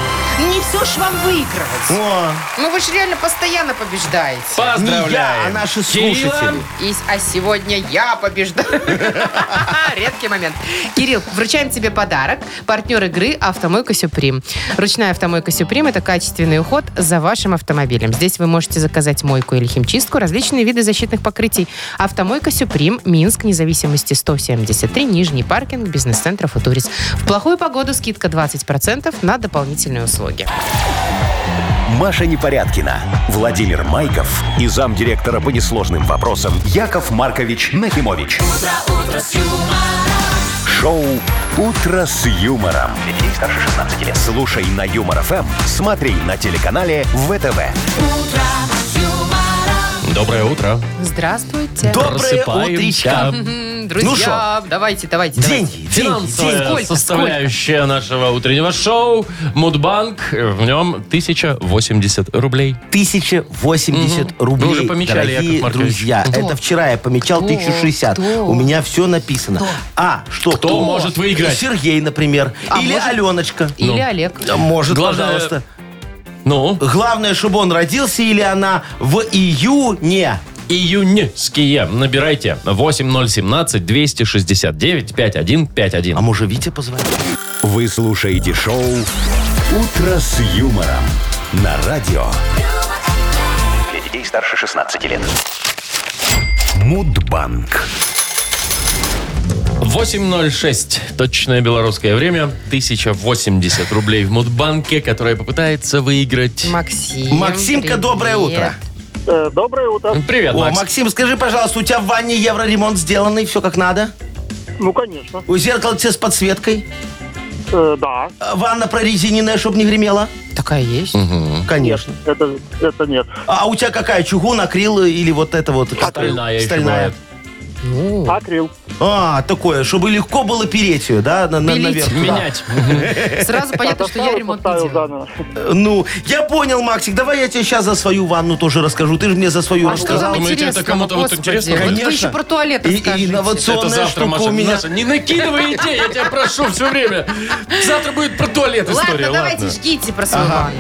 Speaker 3: Не все ж вам выигрывать.
Speaker 4: О,
Speaker 3: Ну вы же реально постоянно побеждаете.
Speaker 2: Поздравляем.
Speaker 4: Не я, а наши
Speaker 2: Кирилла.
Speaker 4: слушатели.
Speaker 3: И с- а сегодня я побеждаю. Редкий момент. Кирилл, вручаем тебе подарок. Партнер игры «Автомойка Сюприм». Ручная «Автомойка Сюприм» — это качественный уход за вашим автомобилем. Здесь вы можете заказать мойку или химчистку, различные виды защитных покрытий. «Автомойка Сюприм», Минск, независимости 173, Нижний паркинг, бизнес-центр «Футурис». В плохую погоду скидка 20% на дополнительные услуги.
Speaker 1: Маша Непорядкина, Владимир Майков и замдиректора по несложным вопросам Яков Маркович Нахимович. Шоу «Утро с юмором».
Speaker 5: Для детей старше 16 лет.
Speaker 1: Слушай на Юмор ФМ, смотри на телеканале ВТВ.
Speaker 2: Доброе утро.
Speaker 3: Здравствуйте.
Speaker 4: Доброе
Speaker 2: Просыпаемся.
Speaker 4: утречко.
Speaker 3: М, Друзья, давайте, давайте, давайте.
Speaker 4: Деньги, деньги,
Speaker 2: Финансовая
Speaker 4: деньги.
Speaker 3: Сколько,
Speaker 2: составляющая нашего утреннего шоу. Мудбанк. э, В нем 1080 рублей.
Speaker 4: 1080 рублей,
Speaker 2: Вы уже помечали,
Speaker 4: дорогие
Speaker 2: Яков Маркович.
Speaker 4: друзья. Это вчера я помечал
Speaker 3: Кто?
Speaker 4: 1060.
Speaker 3: Кто?
Speaker 4: У меня все написано. А, что?
Speaker 2: Кто может выиграть?
Speaker 4: Сергей, например.
Speaker 3: А
Speaker 4: Или
Speaker 3: может-
Speaker 4: Аленочка.
Speaker 3: Или
Speaker 2: Ну.
Speaker 3: Олег.
Speaker 4: Да, Может,
Speaker 2: Главное-
Speaker 4: пожалуйста.
Speaker 2: Ну,
Speaker 4: Главное, чтобы он родился или она в июне.
Speaker 2: июньские. Набирайте 8017-269-5151.
Speaker 4: А может, Витя позвонит?
Speaker 1: Вы слушаете шоу «Утро с юмором» на радио
Speaker 5: Для детей старше 16 лет.
Speaker 1: Мудбанк.
Speaker 2: 8.06. Точное белорусское время. 1080 рублей в Мудбанке, которая попытается выиграть.
Speaker 3: Максим.
Speaker 4: Максимка,
Speaker 3: привет.
Speaker 4: доброе утро.
Speaker 6: Э, Доброе утро.
Speaker 2: Привет,
Speaker 4: О,
Speaker 2: Макс.
Speaker 4: Максим, скажи, пожалуйста, у тебя в ванне евроремонт сделанный, все как надо?
Speaker 6: Ну, конечно.
Speaker 4: У зеркала тебе с подсветкой?
Speaker 6: Э, Да,
Speaker 4: А Ванна прорезиненная, чтобы не гремела?
Speaker 3: Такая есть.
Speaker 4: Конечно.
Speaker 6: это, это нет.
Speaker 4: А у тебя какая? Чугун, акрил или вот это вот?
Speaker 2: Стальная еще
Speaker 4: Стальная.
Speaker 2: бывает.
Speaker 3: Ну,
Speaker 6: Акрил.
Speaker 4: А, такое, чтобы легко было переть ее, да, на, на-
Speaker 3: Пилить.
Speaker 4: наверх. туда.
Speaker 2: Менять.
Speaker 3: Сразу понятно, что я
Speaker 6: Поставил,
Speaker 3: ремонт не
Speaker 6: поставил
Speaker 3: делаю.
Speaker 6: заново.
Speaker 4: Э, Ну, я понял, Максик, давай я тебе сейчас за свою ванну тоже расскажу. Ты же мне за свою
Speaker 3: А что
Speaker 4: рассказал.
Speaker 3: там
Speaker 2: Думаете, это
Speaker 3: интересного,
Speaker 2: кому-то вот
Speaker 3: господи?
Speaker 2: интересно?
Speaker 3: Вот
Speaker 4: Конечно.
Speaker 3: вы еще про туалет
Speaker 4: И- и
Speaker 3: расскажите.
Speaker 4: инновацион-
Speaker 2: Это
Speaker 4: Сонная
Speaker 2: завтра,
Speaker 4: штука
Speaker 2: Маша.
Speaker 4: у меня.
Speaker 2: Маша, не накидывай идеи, я тебя прошу все время. Завтра будет про туалет
Speaker 3: Ладно,
Speaker 2: история.
Speaker 3: давайте,
Speaker 2: ладно.
Speaker 3: жгите про свою ванну.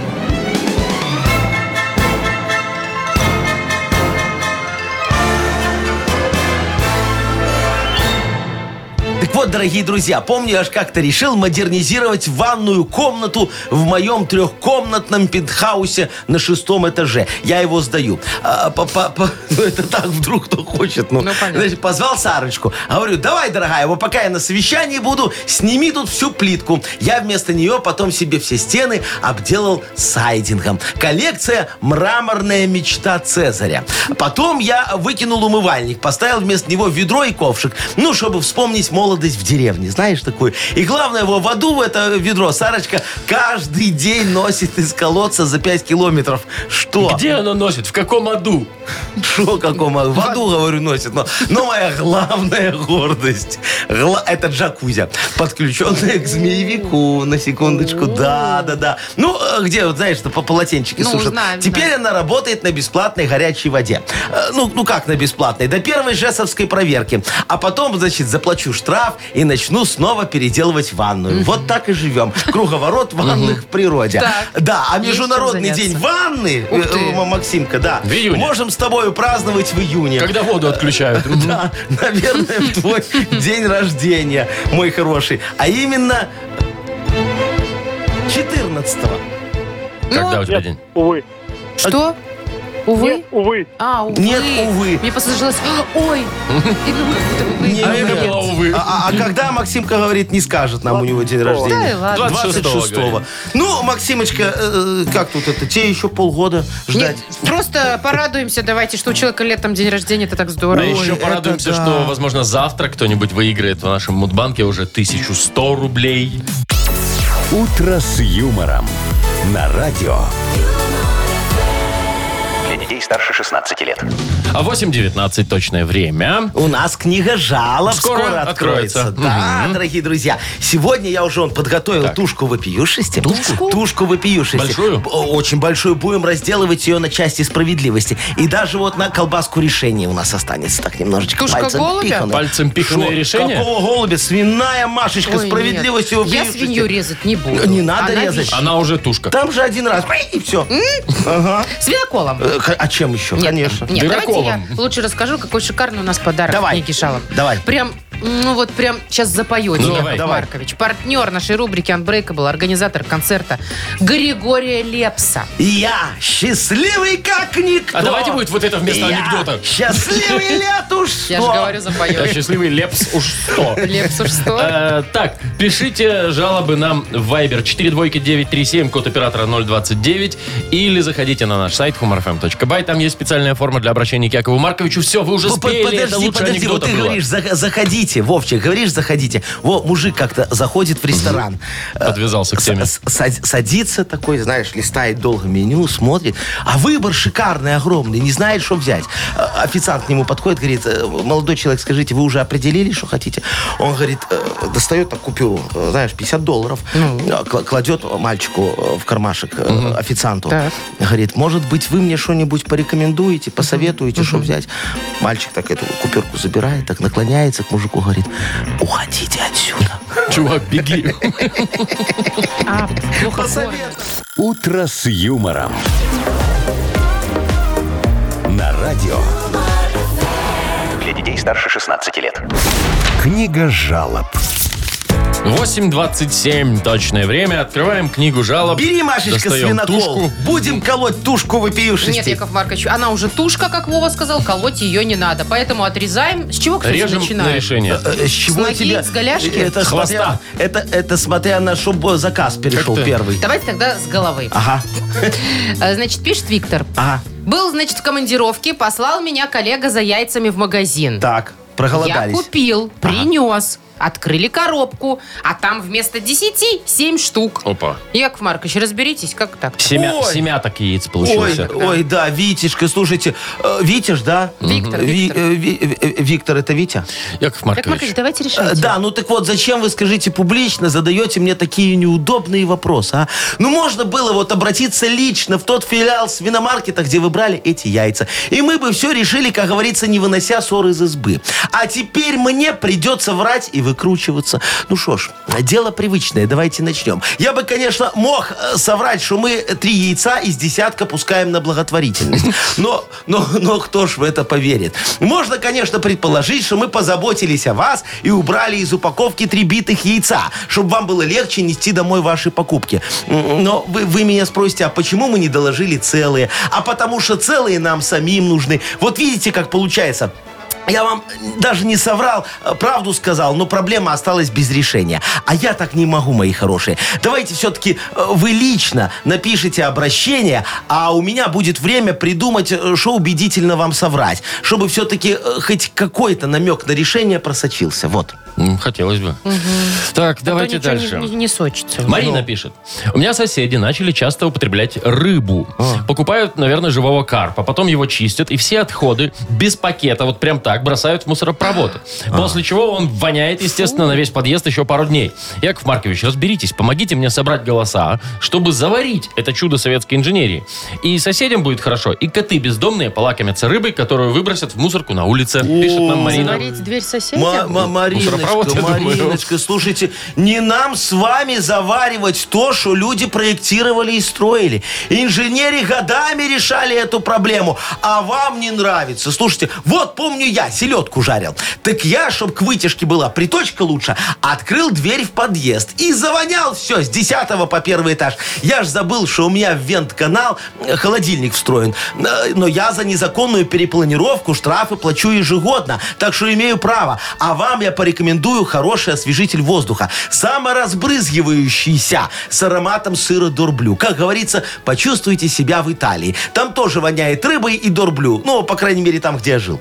Speaker 4: Так вот, вот, дорогие друзья, помню, я аж как-то решил модернизировать ванную комнату в моем трехкомнатном пентхаусе на шестом этаже. Я его сдаю. А, по- по- по- ну, это так вдруг кто хочет. Ну,
Speaker 3: Ну, понятно.
Speaker 4: Значит, позвал Сарочку. Говорю, давай, дорогая, вот пока я на совещании буду, сними тут всю плитку. Я вместо нее потом себе все стены обделал сайдингом. Коллекция «Мраморная мечта Цезаря». Потом я выкинул умывальник, поставил вместо него ведро и ковшик. Ну, чтобы вспомнить молодость в деревне, знаешь, такую. И главное, его в аду в это ведро Сарочка каждый день носит из колодца за 5 километров. Что?
Speaker 2: Где она носит? В каком аду?
Speaker 4: Шо каком? В аду, говорю, носит. Но, но моя главная гордость. гла- Это джакузя, подключенная к змеевику. На секундочку. Да, да, да. Ну, э, где, вот знаешь, что по полотенчике
Speaker 3: Ну,
Speaker 4: сушат.
Speaker 3: знаем,
Speaker 4: Теперь она работает на бесплатной горячей воде. Э, Ну, ну как на бесплатной? До первой жесовской проверки. А потом, значит, заплачу штраф и начну снова переделывать ванную. Вот так и живем. Круговорот ванных в природе.
Speaker 3: Так.
Speaker 4: Да,
Speaker 3: Есть
Speaker 4: а
Speaker 3: чем
Speaker 4: Международный день
Speaker 3: заняться.
Speaker 4: ванны,
Speaker 3: Ух
Speaker 4: э,
Speaker 3: ты.
Speaker 4: э, Максимка, да.
Speaker 2: В июне.
Speaker 4: Можем с тобой праздновать в июне.
Speaker 2: Когда воду отключают. Ну,
Speaker 4: Да, наверное, в твой день рождения, мой хороший. А именно 14-го.
Speaker 3: Ну,
Speaker 2: Когда у тебя день?
Speaker 6: Увы.
Speaker 3: Что? Увы?
Speaker 6: Увы.
Speaker 3: А, увы.
Speaker 4: А Нет, увы.
Speaker 3: Мне послышалось, ой. И, ну, как будто бы
Speaker 4: Не,
Speaker 3: вы-
Speaker 4: не,
Speaker 2: это
Speaker 4: нет.
Speaker 2: было, увы.
Speaker 4: А, а- а когда Максимка говорит, не скажет нам у него день рождения.
Speaker 3: Да и ладно.
Speaker 2: 26-го,
Speaker 4: 26-го. Ну, Максимочка, э, как тут это? Тебе еще полгода
Speaker 3: Нет,
Speaker 4: ждать.
Speaker 3: просто порадуемся давайте, что у человека летом день рождения, это так
Speaker 2: Да
Speaker 3: здорово.
Speaker 2: еще
Speaker 4: это
Speaker 2: порадуемся,
Speaker 4: да.
Speaker 2: что, возможно, завтра кто-нибудь выиграет в нашем Мудбанке уже 1100 рублей.
Speaker 1: «Утро с юмором» на радио.
Speaker 5: Для детей старше 16 лет.
Speaker 2: А 8.19 точное время.
Speaker 4: У нас книга жалоб
Speaker 2: Скоро
Speaker 4: скоро,
Speaker 2: откроется.
Speaker 4: откроется. Да, дорогие друзья. Сегодня я уже он подготовил тушку вопиюшести. Тушку? Тушку вопиюшести.
Speaker 2: Большую?
Speaker 4: Б- Очень большую. Будем разделывать ее на части справедливости. И даже вот на колбаску решения у нас останется так немножечко.
Speaker 3: Тушка
Speaker 4: пальцем
Speaker 3: голубя?
Speaker 4: пиханная.
Speaker 2: Пальцем пиханное
Speaker 4: Шо,
Speaker 2: решение?
Speaker 4: Какого голубя? Свиная Машечка.
Speaker 3: Ой,
Speaker 4: справедливость
Speaker 3: нет.
Speaker 4: его
Speaker 3: Я свинью резать не буду.
Speaker 4: Не надо
Speaker 3: Она
Speaker 4: резать.
Speaker 3: вещь.
Speaker 2: Она уже тушка.
Speaker 4: Там же один раз. И все.
Speaker 3: Свиноколом.
Speaker 4: А чем еще?
Speaker 3: Нет,
Speaker 4: Конечно.
Speaker 3: Нет, давайте я
Speaker 2: Дыроколом.
Speaker 3: лучше расскажу, какой шикарный у нас подарок
Speaker 4: Давай.
Speaker 3: в книге жалоб.
Speaker 4: Давай.
Speaker 3: Прям, ну вот прям сейчас запоете,
Speaker 2: Ну,
Speaker 3: Яков
Speaker 2: давай.
Speaker 4: Давай.
Speaker 3: Маркович. Партнер нашей рубрики Unbreakable, организатор концерта Григория Лепса.
Speaker 4: Я счастливый как никто.
Speaker 2: А давайте будет вот это вместо
Speaker 4: Я
Speaker 2: анекдота.
Speaker 4: Счастливый лет уж
Speaker 3: Я
Speaker 4: что.
Speaker 3: же говорю,
Speaker 2: Я
Speaker 3: запоете.
Speaker 2: счастливый лепс уж что.
Speaker 3: Лепс уж что?
Speaker 2: Э, Так, пишите жалобы нам в Viber 42937, код оператора 029, или заходите на наш сайт humorfm.by. Там есть специальная форма для обращения к Якову Марковичу. Все, вы уже
Speaker 4: Под-
Speaker 2: спели, это
Speaker 4: Подожди,
Speaker 2: лучше
Speaker 4: подожди, вот
Speaker 2: анекдота
Speaker 4: ты
Speaker 2: было.
Speaker 4: говоришь, за- заходите, Вовчик, говоришь, заходите. Во, мужик как-то заходит в ресторан. Э,
Speaker 2: Подвязался к
Speaker 4: с-
Speaker 2: теме.
Speaker 4: с- сад- Садится такой, знаешь, листает долго меню, смотрит. А выбор шикарный, огромный, не знает, что взять. Э, Официант к нему подходит, говорит, «Э, молодой человек, скажите, вы уже определили, что хотите? Он говорит, э, достает так купюру, э, знаешь, 50 долларов, э, кла- кладет мальчику э, в кармашек э, официанту.
Speaker 3: Так.
Speaker 4: Говорит, может быть, вы мне что-нибудь порекомендуете, посоветуете, что взять. Мальчик так эту купюрку забирает, так наклоняется к мужику, говорит, уходите отсюда.
Speaker 2: Чувак, беги.
Speaker 3: А, плохо кормят.
Speaker 1: «Утро с юмором». На радио.
Speaker 5: Для детей старше 16 лет.
Speaker 1: Книга жалоб.
Speaker 2: 8.27 точное время. Открываем книгу жалоб.
Speaker 4: Бери, Машечка,
Speaker 2: Достаем
Speaker 4: свинокол.
Speaker 2: тушку.
Speaker 4: Будем колоть тушку вопиюшести.
Speaker 3: Нет, Яков Маркович, она уже тушка, как Вова сказал, колоть ее не надо. Поэтому отрезаем. С чего, кстати,
Speaker 2: Режем на
Speaker 3: начинаем?
Speaker 2: решение.
Speaker 4: Э, С чего
Speaker 3: ноги,
Speaker 4: тебя? Э,
Speaker 3: с голяшки?
Speaker 4: Это
Speaker 2: С хвоста.
Speaker 4: смотря, это, это смотря на что б- заказ перешел
Speaker 2: Как-то-
Speaker 4: первый.
Speaker 3: Давайте тогда с головы.
Speaker 4: Ага,
Speaker 3: А, Значит, пишет Виктор.
Speaker 4: ага.
Speaker 3: Был, значит, в командировке, послал меня коллега за яйцами в магазин.
Speaker 4: Так,
Speaker 3: Я
Speaker 4: проголодались.
Speaker 3: купил, принес, открыли коробку, а там вместо 10 7 штук.
Speaker 2: Опа.
Speaker 3: Яков Маркович, разберитесь, как так?
Speaker 2: Семя,
Speaker 4: Ой.
Speaker 2: семя так яиц
Speaker 4: Ой,
Speaker 2: получилось.
Speaker 4: ой, да, Витишка, слушайте, э, Витиш, да?
Speaker 3: Виктор,
Speaker 4: Ви-
Speaker 3: Виктор.
Speaker 4: э, Ви- э, Виктор, это Витя?
Speaker 2: Яков
Speaker 3: Яков Маркович,
Speaker 2: Маркович,
Speaker 3: давайте решим.
Speaker 4: Э, Да, ну так вот, зачем вы, скажите, публично задаете мне такие неудобные вопросы, а? Ну можно было вот обратиться лично в тот филиал свиномаркета, где вы брали эти яйца. И мы бы все решили, как говорится, не вынося ссор из избы. А теперь мне придется врать и выкручиваться. Ну что ж, дело привычное, давайте начнем. Я бы, конечно, мог э, соврать, что мы три яйца из десятка пускаем на благотворительность. Но, но, но кто ж в это поверит? Можно, конечно, предположить, что мы позаботились о вас и убрали из упаковки три битых яйца, чтобы вам было легче нести домой ваши покупки. М, Но вы, вы меня спросите, а почему мы не доложили целые? А потому что целые нам самим нужны. Вот видите, как получается. Я вам даже не соврал, э, правду сказал, но проблема осталась без решения. А я так не могу, мои хорошие. Давайте все-таки вы лично напишите обращение, а у меня будет время придумать, э, что убедительно вам соврать, чтобы все-таки хоть какой-то намек на решение просочился. Вот.
Speaker 2: М, Хотелось бы. Так, давайте
Speaker 3: А ничего
Speaker 2: дальше.
Speaker 3: Не, не- не сочится.
Speaker 2: Марина пишет. У меня соседи начали часто употреблять рыбу. Покупают, наверное, живого карпа. Потом его чистят. И все отходы без пакета, вот прям так, бросают в мусоропровод. После чего он воняет, естественно, на весь подъезд еще пару дней. Яков Маркович, разберитесь. Помогите мне собрать голоса, чтобы заварить это чудо советской инженерии. И соседям будет хорошо. И коты бездомные полакомятся рыбой, которую выбросят в мусорку на улице. Пишет нам Марина.
Speaker 3: Заварить дверь
Speaker 4: Ма-
Speaker 3: соседям?
Speaker 4: ма-
Speaker 2: Мусоропровод,
Speaker 4: Мариночка,
Speaker 2: я думаю.
Speaker 4: Мариночка, слушайте, не нам с вами заваривать то, что люди проектировали и строили. Инженеры годами решали эту проблему, а вам не нравится. Слушайте, вот помню я селедку жарил. Так я, чтобы к вытяжке была приточка лучше, открыл дверь в подъезд и завонял все с 10 по первый этаж. Я ж забыл, что у меня в вент-канал э, холодильник встроен. Э, Но я за незаконную перепланировку штрафы плачу ежегодно, так что имею право. А вам я порекомендую хороший освежитель воздуха, саморазбрызгивающийся с ароматом сыра дорблю. Как говорится, почувствуйте себя в Италии. Там тоже воняет рыбой и дорблю. Ну, по крайней мере, там, где я жил.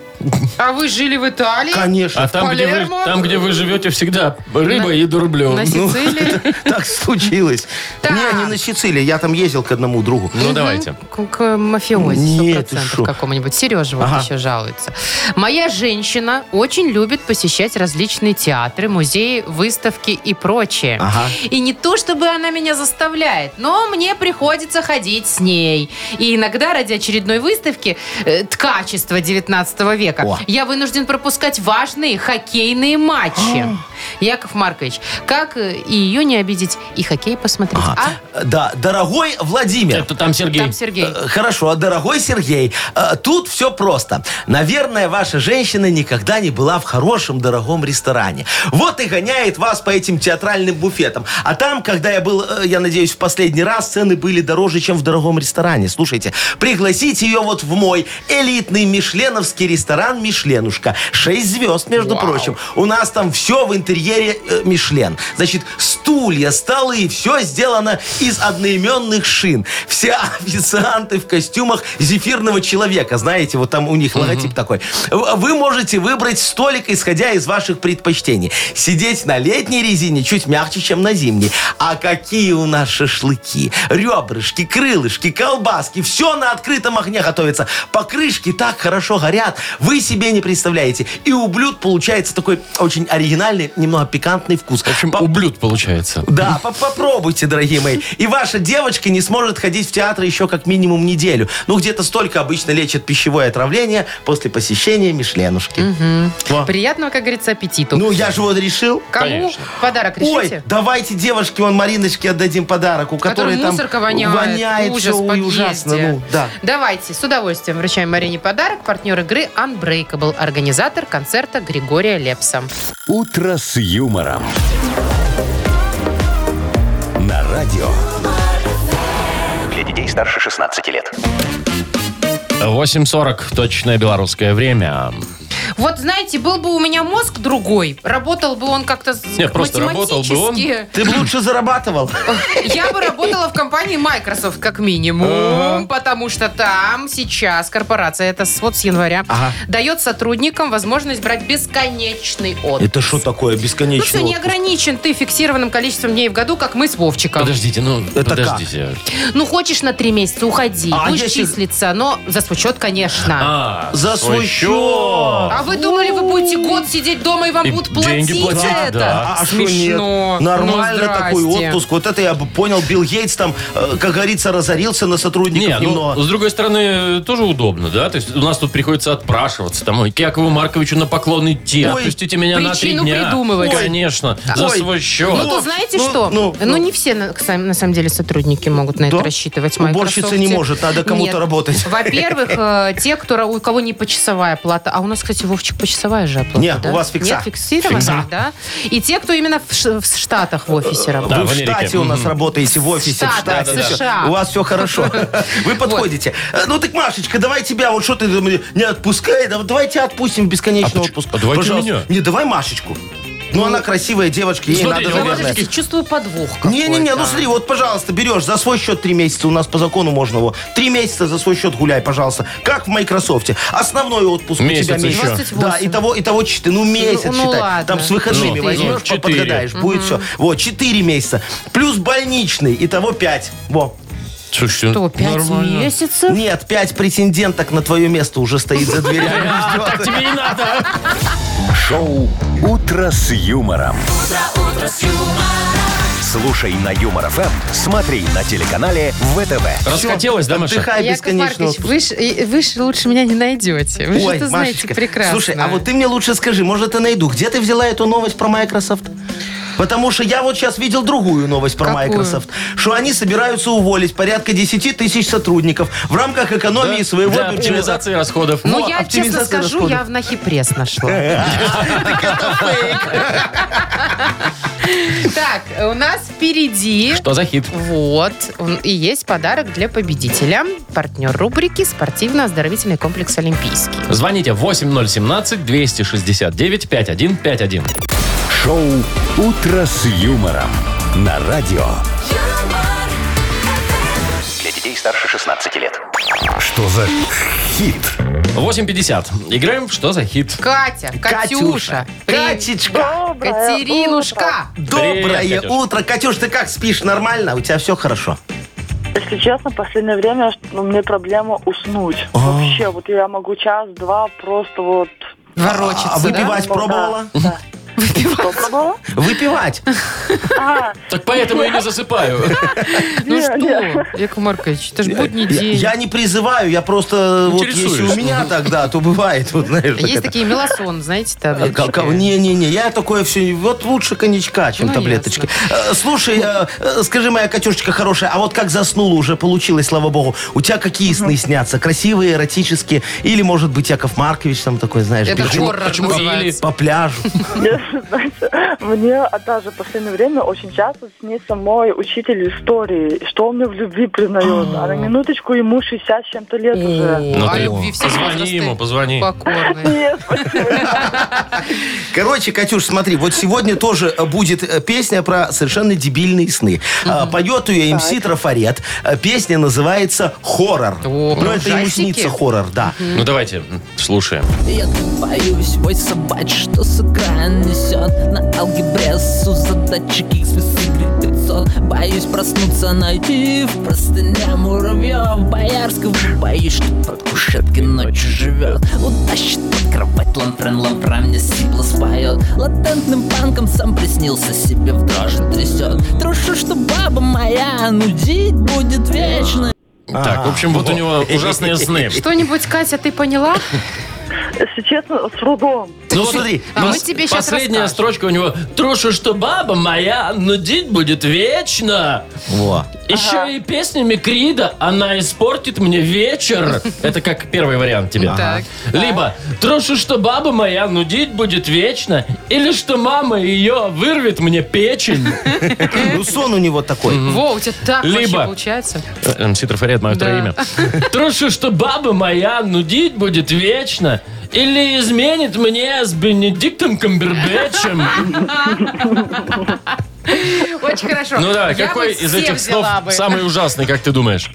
Speaker 3: А вы жили в Италии?
Speaker 4: Конечно.
Speaker 2: А там где, вы,
Speaker 3: Палермо?
Speaker 2: там, где вы живете, всегда рыба и Ну, дурблю.
Speaker 3: На Сицилии?
Speaker 4: Так случилось.
Speaker 3: Так.
Speaker 4: Не, не на Сицилии. Я там ездил к одному другу.
Speaker 2: Ну, давайте.
Speaker 3: К, к мафиози,
Speaker 4: Нет, ты
Speaker 3: 100%
Speaker 4: шо?
Speaker 3: какому-нибудь. Сережа вот
Speaker 4: Ага.
Speaker 3: еще жалуется. Моя женщина очень любит посещать различные театры, музеи, выставки и прочее.
Speaker 4: Ага.
Speaker 3: И не то, чтобы она меня заставляет, но мне приходится ходить с ней. И иногда ради очередной выставки э, ткачества 19 века
Speaker 4: О.
Speaker 3: я вынужден пропускать важные хоккейные матчи.
Speaker 4: А.
Speaker 3: Яков Маркович, как э, и ее не обидеть, и хоккей посмотреть, а?
Speaker 4: Да, дорогой Владимир.
Speaker 2: Это там Сергей.
Speaker 3: Там Сергей.
Speaker 4: Э, Хорошо, а, дорогой Сергей, э, тут все просто. Наверное, ваша женщина никогда не была в хорошем, дорогом ресторане. Вот и гоняет вас по этим театральным буфетам. А там, когда я был, э, я надеюсь, в последний раз, цены были дороже, чем в дорогом ресторане. Слушайте, пригласите ее вот в мой элитный мишленовский ресторан «Мишленушка». Шесть звезд, между прочим. У нас там все в интерьере э, «Мишлен». Значит, стулья, столы, все сделано из одноименных шин. Все официанты в костюмах зефирного человека. Знаете, вот там у них логотип такой. В- Вы можете выбрать столик, исходя из ваших предпочтений. Сидеть на летней резине чуть мягче, чем на зимней. А какие у нас шашлыки. Ребрышки, крылышки, колбаски. Все на открытом огне готовится. Покрышки так хорошо горят. Вы себе не представляете. И у блюд получается такой очень оригинальный, немного пикантный вкус.
Speaker 2: В общем,
Speaker 4: По-
Speaker 2: ублюд получается.
Speaker 4: да, по- попробуйте, дорогие мои. И ваша девочка не сможет ходить в театр еще как минимум неделю. Ну, где-то столько обычно лечат пищевое отравление после посещения Мишленушки. Во.
Speaker 3: Приятного, как говорится, аппетиту.
Speaker 4: Ну, я же вот решил.
Speaker 3: Кому
Speaker 2: Конечно.
Speaker 3: подарок решите?
Speaker 4: Ой, давайте девушке, вон Мариночке отдадим подарок, у которой
Speaker 3: Который
Speaker 4: там
Speaker 3: мусорка воняет. Ужас,
Speaker 4: всё,
Speaker 3: в
Speaker 4: ой,
Speaker 3: подъезде.
Speaker 4: ужасно. Ну, да.
Speaker 3: Давайте, с удовольствием вручаем Марине подарок. Партнер игры Unbreakable, организатор концерта Григория Лепса.
Speaker 1: «Утро с юмором». На радио.
Speaker 5: Для детей старше 16 лет.
Speaker 2: 8.40, точное белорусское время.
Speaker 3: Вот, знаете, был бы у меня мозг другой, работал бы он как-то с-
Speaker 2: Не, просто работал бы он.
Speaker 3: математически.
Speaker 4: Ты бы лучше зарабатывал.
Speaker 3: Я бы работала в компании Microsoft как минимум, потому что там сейчас корпорация, это с- вот с января,
Speaker 4: Ага.
Speaker 3: дает сотрудникам возможность брать бесконечный отпуск.
Speaker 4: Это что такое
Speaker 3: Ну
Speaker 4: бесконечный
Speaker 3: что, не
Speaker 4: отпуск?
Speaker 3: ограничен ты фиксированным количеством дней в году, как мы с Вовчиком.
Speaker 2: Подождите, ну,
Speaker 4: Это
Speaker 2: подождите.
Speaker 3: Ну, хочешь на три месяца, уходи.
Speaker 4: А
Speaker 3: будешь
Speaker 4: если-
Speaker 3: числиться, но за свой счет, конечно.
Speaker 2: А,
Speaker 4: За свой счет.
Speaker 3: А, А вы думали, вы будете год сидеть дома и вам
Speaker 2: И
Speaker 3: будут платить,
Speaker 2: деньги
Speaker 3: за
Speaker 2: платить,
Speaker 3: это?
Speaker 2: да.
Speaker 4: А что нет?
Speaker 3: Смешно.
Speaker 4: Нормально
Speaker 3: Ну,
Speaker 4: такой
Speaker 3: здрасте.
Speaker 4: отпуск. Вот это я бы понял. Билл Гейтс там, э, как говорится, разорился на сотрудников
Speaker 2: Не,
Speaker 4: немного.
Speaker 2: ну, с другой стороны, э, тоже удобно, да? То есть у нас тут приходится отпрашиваться. Там, ой, к Якову Марковичу на поклон идти.
Speaker 4: Ой,
Speaker 2: Отпустите меня на три
Speaker 3: причину
Speaker 2: дня.
Speaker 3: придумывать.
Speaker 2: Конечно, за
Speaker 4: Ой.
Speaker 2: свой счет.
Speaker 3: Ну,
Speaker 4: Ну,
Speaker 3: то знаете
Speaker 4: ну,
Speaker 3: что?
Speaker 4: ну,
Speaker 3: Ну,
Speaker 4: ну.
Speaker 3: не все, на, к сам- на самом деле, сотрудники могут на это
Speaker 4: Да?
Speaker 3: рассчитывать. в
Speaker 4: Уборщица
Speaker 3: Microsoft.
Speaker 4: не может, надо кому-то
Speaker 3: Нет.
Speaker 4: работать.
Speaker 3: Во-первых, э, те, кто, ра- у кого не почасовая плата. А у нас, кстати, Вовчик, почасовая же оплата.
Speaker 4: Нет,
Speaker 3: да?
Speaker 4: у вас фикса.
Speaker 3: Нет, фиксированная, да? И те, кто именно в, ш- в Штатах в офисе работает.
Speaker 2: Да,
Speaker 4: Вы
Speaker 2: в
Speaker 4: в
Speaker 2: Америке.
Speaker 4: штате у нас работаете, в офисе, в
Speaker 3: Штаты,
Speaker 4: штате.
Speaker 3: да-да-да.
Speaker 4: Всё.
Speaker 3: США.
Speaker 4: У вас все хорошо. Вы подходите. Э, Ну так, Машечка, давай тебя, вот что ты там не отпускай, да, давай тебя отпустим в бесконечный
Speaker 2: поч-
Speaker 4: отпуск.
Speaker 2: а давайте
Speaker 4: Пожалуйста.
Speaker 2: меня.
Speaker 4: Не, давай Машечку. Ну, она красивая девочка, ей
Speaker 2: смотри, ну,
Speaker 4: надо,
Speaker 3: Я
Speaker 4: наверное.
Speaker 2: подожди,
Speaker 3: даже чувствую подвох
Speaker 4: Не-не-не,
Speaker 3: какой-то.
Speaker 4: ну смотри, вот, пожалуйста, берешь за свой счет три месяца, у нас по закону можно его. Три месяца за свой счет гуляй, пожалуйста, как в Майкрософте. Основной отпуск
Speaker 2: Месяц
Speaker 4: у тебя месяц.
Speaker 2: еще.
Speaker 3: 28.
Speaker 4: Да, и того, и того четы- ну месяц
Speaker 3: ну
Speaker 4: считай.
Speaker 3: ладно.
Speaker 4: Там с выходными
Speaker 2: Ну,
Speaker 4: возьмешь,
Speaker 2: четыре.
Speaker 4: по- подгадаешь, будет все. Вот, четыре месяца. Плюс больничный, и того пять. Во.
Speaker 2: Слушайте,
Speaker 3: Что, пять
Speaker 2: нормально.
Speaker 3: месяцев?
Speaker 4: Нет, пять претенденток на твое место уже стоит за дверями.
Speaker 2: Так тебе и надо.
Speaker 1: Шоу «Утро с юмором». Слушай на Юмор ФМ, смотри на телеканале ВТВ.
Speaker 2: Раскатилась, да, Маша?
Speaker 4: Отдыхай
Speaker 3: Яков
Speaker 4: бесконечно.
Speaker 3: Маркович, вы ж, и- вы ж лучше меня не найдете. Вы же это знаете
Speaker 4: Машечка,
Speaker 3: прекрасно.
Speaker 4: Слушай, а вот ты мне лучше скажи, может, и найду. Где ты взяла эту новость про Microsoft? Потому что я вот сейчас видел другую новость про
Speaker 3: Какую?
Speaker 4: Microsoft, что они собираются уволить порядка 10 тысяч сотрудников в рамках экономии своего
Speaker 2: Для
Speaker 4: бюджета.
Speaker 2: оптимизации расходов.
Speaker 3: Ну,
Speaker 4: Во,
Speaker 3: я, честно
Speaker 4: оптимизация
Speaker 3: скажу,
Speaker 4: расходов.
Speaker 3: я в Нахи пресс нашла. Так, у нас впереди...
Speaker 2: Что за хит?
Speaker 3: Вот, он и есть подарок для победителя. Партнер рубрики «Спортивно-оздоровительный комплекс Олимпийский».
Speaker 2: Звоните 8017-269-5151.
Speaker 1: Шоу «Утро с юмором» на радио.
Speaker 7: юмор,
Speaker 5: Для детей старше 16 лет.
Speaker 1: Что за хит?
Speaker 2: 8.50. Играем в «Что за хит?»
Speaker 3: Катя, Катюша, привет.
Speaker 4: Катечка.
Speaker 3: Катеринушка.
Speaker 4: Доброе
Speaker 2: Катюш.
Speaker 4: утро. Катюш, ты как спишь? Нормально? У тебя все хорошо?
Speaker 10: Если честно, в последнее время ну, мне проблема уснуть.
Speaker 3: А.
Speaker 10: Вообще, вот я могу час-два просто вот...
Speaker 3: Ворочится,
Speaker 4: А выпивать
Speaker 10: да?
Speaker 4: пробовала?
Speaker 10: Да. Что пробовала?
Speaker 4: Выпивать?
Speaker 10: А,
Speaker 2: Так поэтому я не засыпаю.
Speaker 3: да? Ну
Speaker 10: нет, нет.
Speaker 3: что, Яков Маркович, это же будний
Speaker 4: Я-
Speaker 3: день.
Speaker 4: Я не призываю, я просто... Вот
Speaker 2: Интересуюсь.
Speaker 4: если у меня так, да, то бывает. Вот, знаешь, так
Speaker 3: А Есть
Speaker 4: это.
Speaker 3: такие меласон, знаете,
Speaker 4: Ка- ка-
Speaker 3: таблеточки.
Speaker 4: Не-не-не, я такое все... Вот лучше коньячка, чем
Speaker 3: Ну,
Speaker 4: таблеточки. Э, Слушай, э, э, скажи, моя Катюшечка хорошая, а вот как заснула уже, получилось, слава богу. У тебя какие сны снятся? Красивые, эротические? Или, может быть, Яков Маркович там такой, знаешь,
Speaker 3: Это
Speaker 4: бежит
Speaker 3: хоррор
Speaker 2: почему
Speaker 3: называется.
Speaker 4: по пляжу?
Speaker 10: я, знаете, мне а даже в последнее время очень часто снится мой учитель истории, что он мне в любви признает. А на минуточку ему 60 с чем-то лет уже.
Speaker 2: Ну
Speaker 3: О, О
Speaker 2: ты
Speaker 3: А любви все
Speaker 2: позвони
Speaker 3: возрасты
Speaker 2: ему, позвони.
Speaker 3: Покорные.
Speaker 10: Нет, спасибо.
Speaker 4: Короче, Катюш, смотри, вот сегодня тоже э, будет э, песня про совершенно дебильные сны. Э, Поет ее МС Трафарет. Э, Песня называется «Хоррор».
Speaker 3: О,
Speaker 4: Ну, это ему
Speaker 3: ужастики.
Speaker 4: снится хоррор, да.
Speaker 2: Ну давайте, м, слушаем.
Speaker 7: Я боюсь, бой собач, что с утра несет На алгебре СУ задачи X плюс Y 300 Боюсь проснуться, найти в простыне муравьев Боярского Боюсь, что под кушеткой ночью живет Утащит под кровать лампрен, лампрен мне сипло споет Латентным панком сам приснился, себе в дрожи трясет Трушу, что баба моя нудить будет вечно
Speaker 2: Так, в общем, вот у него ужасные сны.
Speaker 3: Что-нибудь, Катя, ты поняла?
Speaker 10: Если честно, с трудом.
Speaker 4: Ну, смотри,
Speaker 3: А мы
Speaker 2: Пос-
Speaker 3: тебе сейчас
Speaker 2: Последняя
Speaker 3: расскажем.
Speaker 2: строчка у него. Трушу, что баба моя нудить будет вечно.
Speaker 4: Во.
Speaker 2: Еще и песнями Крида она испортит мне вечер. Это как первый вариант тебе.
Speaker 3: Так.
Speaker 2: Либо трушу, что баба моя нудить будет вечно, или что мама ее вырвет мне печень.
Speaker 4: Ну, сон у него такой.
Speaker 3: Во, у тебя так
Speaker 2: Либо-
Speaker 3: вообще получается.
Speaker 2: МС Трафарет, Эм, мое второе имя.
Speaker 3: Да.
Speaker 2: Трушу, что баба моя нудить будет вечно, или изменит мне с Бенедиктом Камбербэтчем.
Speaker 3: Очень хорошо.
Speaker 2: Ну да,
Speaker 3: Я
Speaker 2: какой
Speaker 3: вот
Speaker 2: из
Speaker 3: все
Speaker 2: этих снов
Speaker 3: взяла бы.
Speaker 2: самый ужасный, как ты думаешь?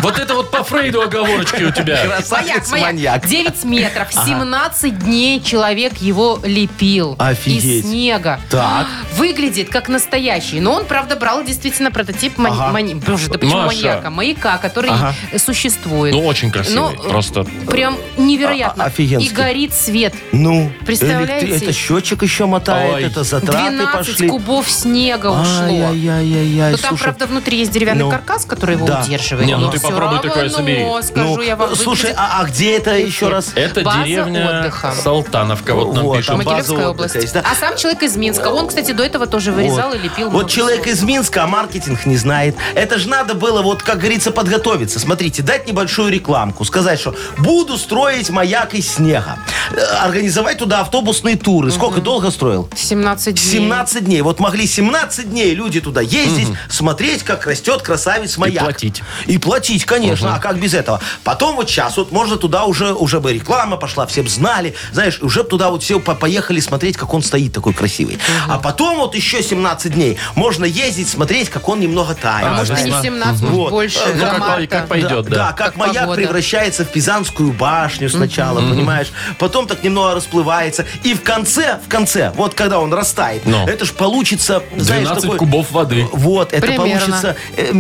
Speaker 2: вот это вот по Фрейду оговорочки у тебя.
Speaker 4: Красавец маньяк.
Speaker 3: 9 метров, 17 дней человек его лепил.
Speaker 4: Офигеть.
Speaker 3: Из снега.
Speaker 4: Так.
Speaker 3: Выглядит как настоящий. Но он, правда, брал действительно прототип мани-
Speaker 4: Ага.
Speaker 3: мани- Боже, да почему
Speaker 2: Маша.
Speaker 3: маньяка? Маяка, который
Speaker 4: Ага.
Speaker 3: существует.
Speaker 2: Ну, очень красивый,
Speaker 3: Ну, э,
Speaker 2: просто.
Speaker 3: Прям невероятно.
Speaker 4: А- а-
Speaker 3: И
Speaker 4: офигенский.
Speaker 3: горит свет.
Speaker 4: Ну,
Speaker 3: Представляете?
Speaker 4: электри- это счетчик еще мотает,
Speaker 2: Ой.
Speaker 4: это затраты
Speaker 3: 12
Speaker 4: пошли.
Speaker 3: кубов снега ушло. Но
Speaker 4: Ай-яй-яй-яй,
Speaker 3: Ну, там,
Speaker 4: слушай,
Speaker 3: правда, внутри есть деревянный
Speaker 4: Ну,
Speaker 3: каркас, который его
Speaker 4: да.
Speaker 3: удерживает.
Speaker 2: Не, ну
Speaker 3: Но
Speaker 2: ты
Speaker 3: всё
Speaker 2: попробуй такое
Speaker 3: равно,
Speaker 2: собери.
Speaker 3: скажу
Speaker 4: ну,
Speaker 3: я вам,
Speaker 4: слушай,
Speaker 3: выглядит-
Speaker 4: а, а где это еще раз?
Speaker 2: Это
Speaker 3: База
Speaker 2: деревня
Speaker 3: отдыха.
Speaker 2: Салтановка, вот нам
Speaker 4: Вот,
Speaker 2: пишут.
Speaker 4: там
Speaker 3: Могилевская
Speaker 4: база
Speaker 3: область.
Speaker 4: отдыха есть, да?
Speaker 3: А сам человек из Минска. Он, кстати, до этого тоже вырезал и лепил. много
Speaker 4: Вот человек
Speaker 3: всего.
Speaker 4: из Минска, а маркетинг не знает. Это же надо было, вот, как говорится, подготовиться. Смотрите, дать небольшую рекламку, сказать, что буду строить маяк из снега. Э, Организовать туда автобусные туры. Сколько долго строил?
Speaker 3: 17 дней.
Speaker 4: 17 дней. Вот могли 17 дней люди туда ездить, смотреть, как растет красавец маяк.
Speaker 2: платить.
Speaker 4: И платить, конечно. А как без этого? Потом вот сейчас вот можно туда уже, уже бы реклама пошла, все бы знали. Знаешь, уже бы туда вот все по- поехали смотреть, как он стоит такой красивый. А потом вот еще 17 дней можно ездить, смотреть, как он немного тает.
Speaker 3: А может, и не
Speaker 4: Знаешь,
Speaker 3: 17,
Speaker 4: Мгм.
Speaker 3: может,
Speaker 4: Вот.
Speaker 3: больше.
Speaker 4: Ну,
Speaker 3: до
Speaker 2: как-
Speaker 3: марта.
Speaker 2: как пойдет, да.
Speaker 4: как,
Speaker 3: Как
Speaker 4: маяк
Speaker 3: погода.
Speaker 4: превращается в Пизанскую башню сначала, понимаешь? Потом так немного расплывается. И в конце, в конце, вот когда он растает,
Speaker 2: Ну.
Speaker 4: это ж получится, знаешь,
Speaker 2: 12
Speaker 4: такой-
Speaker 2: кубов воды.
Speaker 4: Вот, это
Speaker 3: Примерно.
Speaker 4: получится э,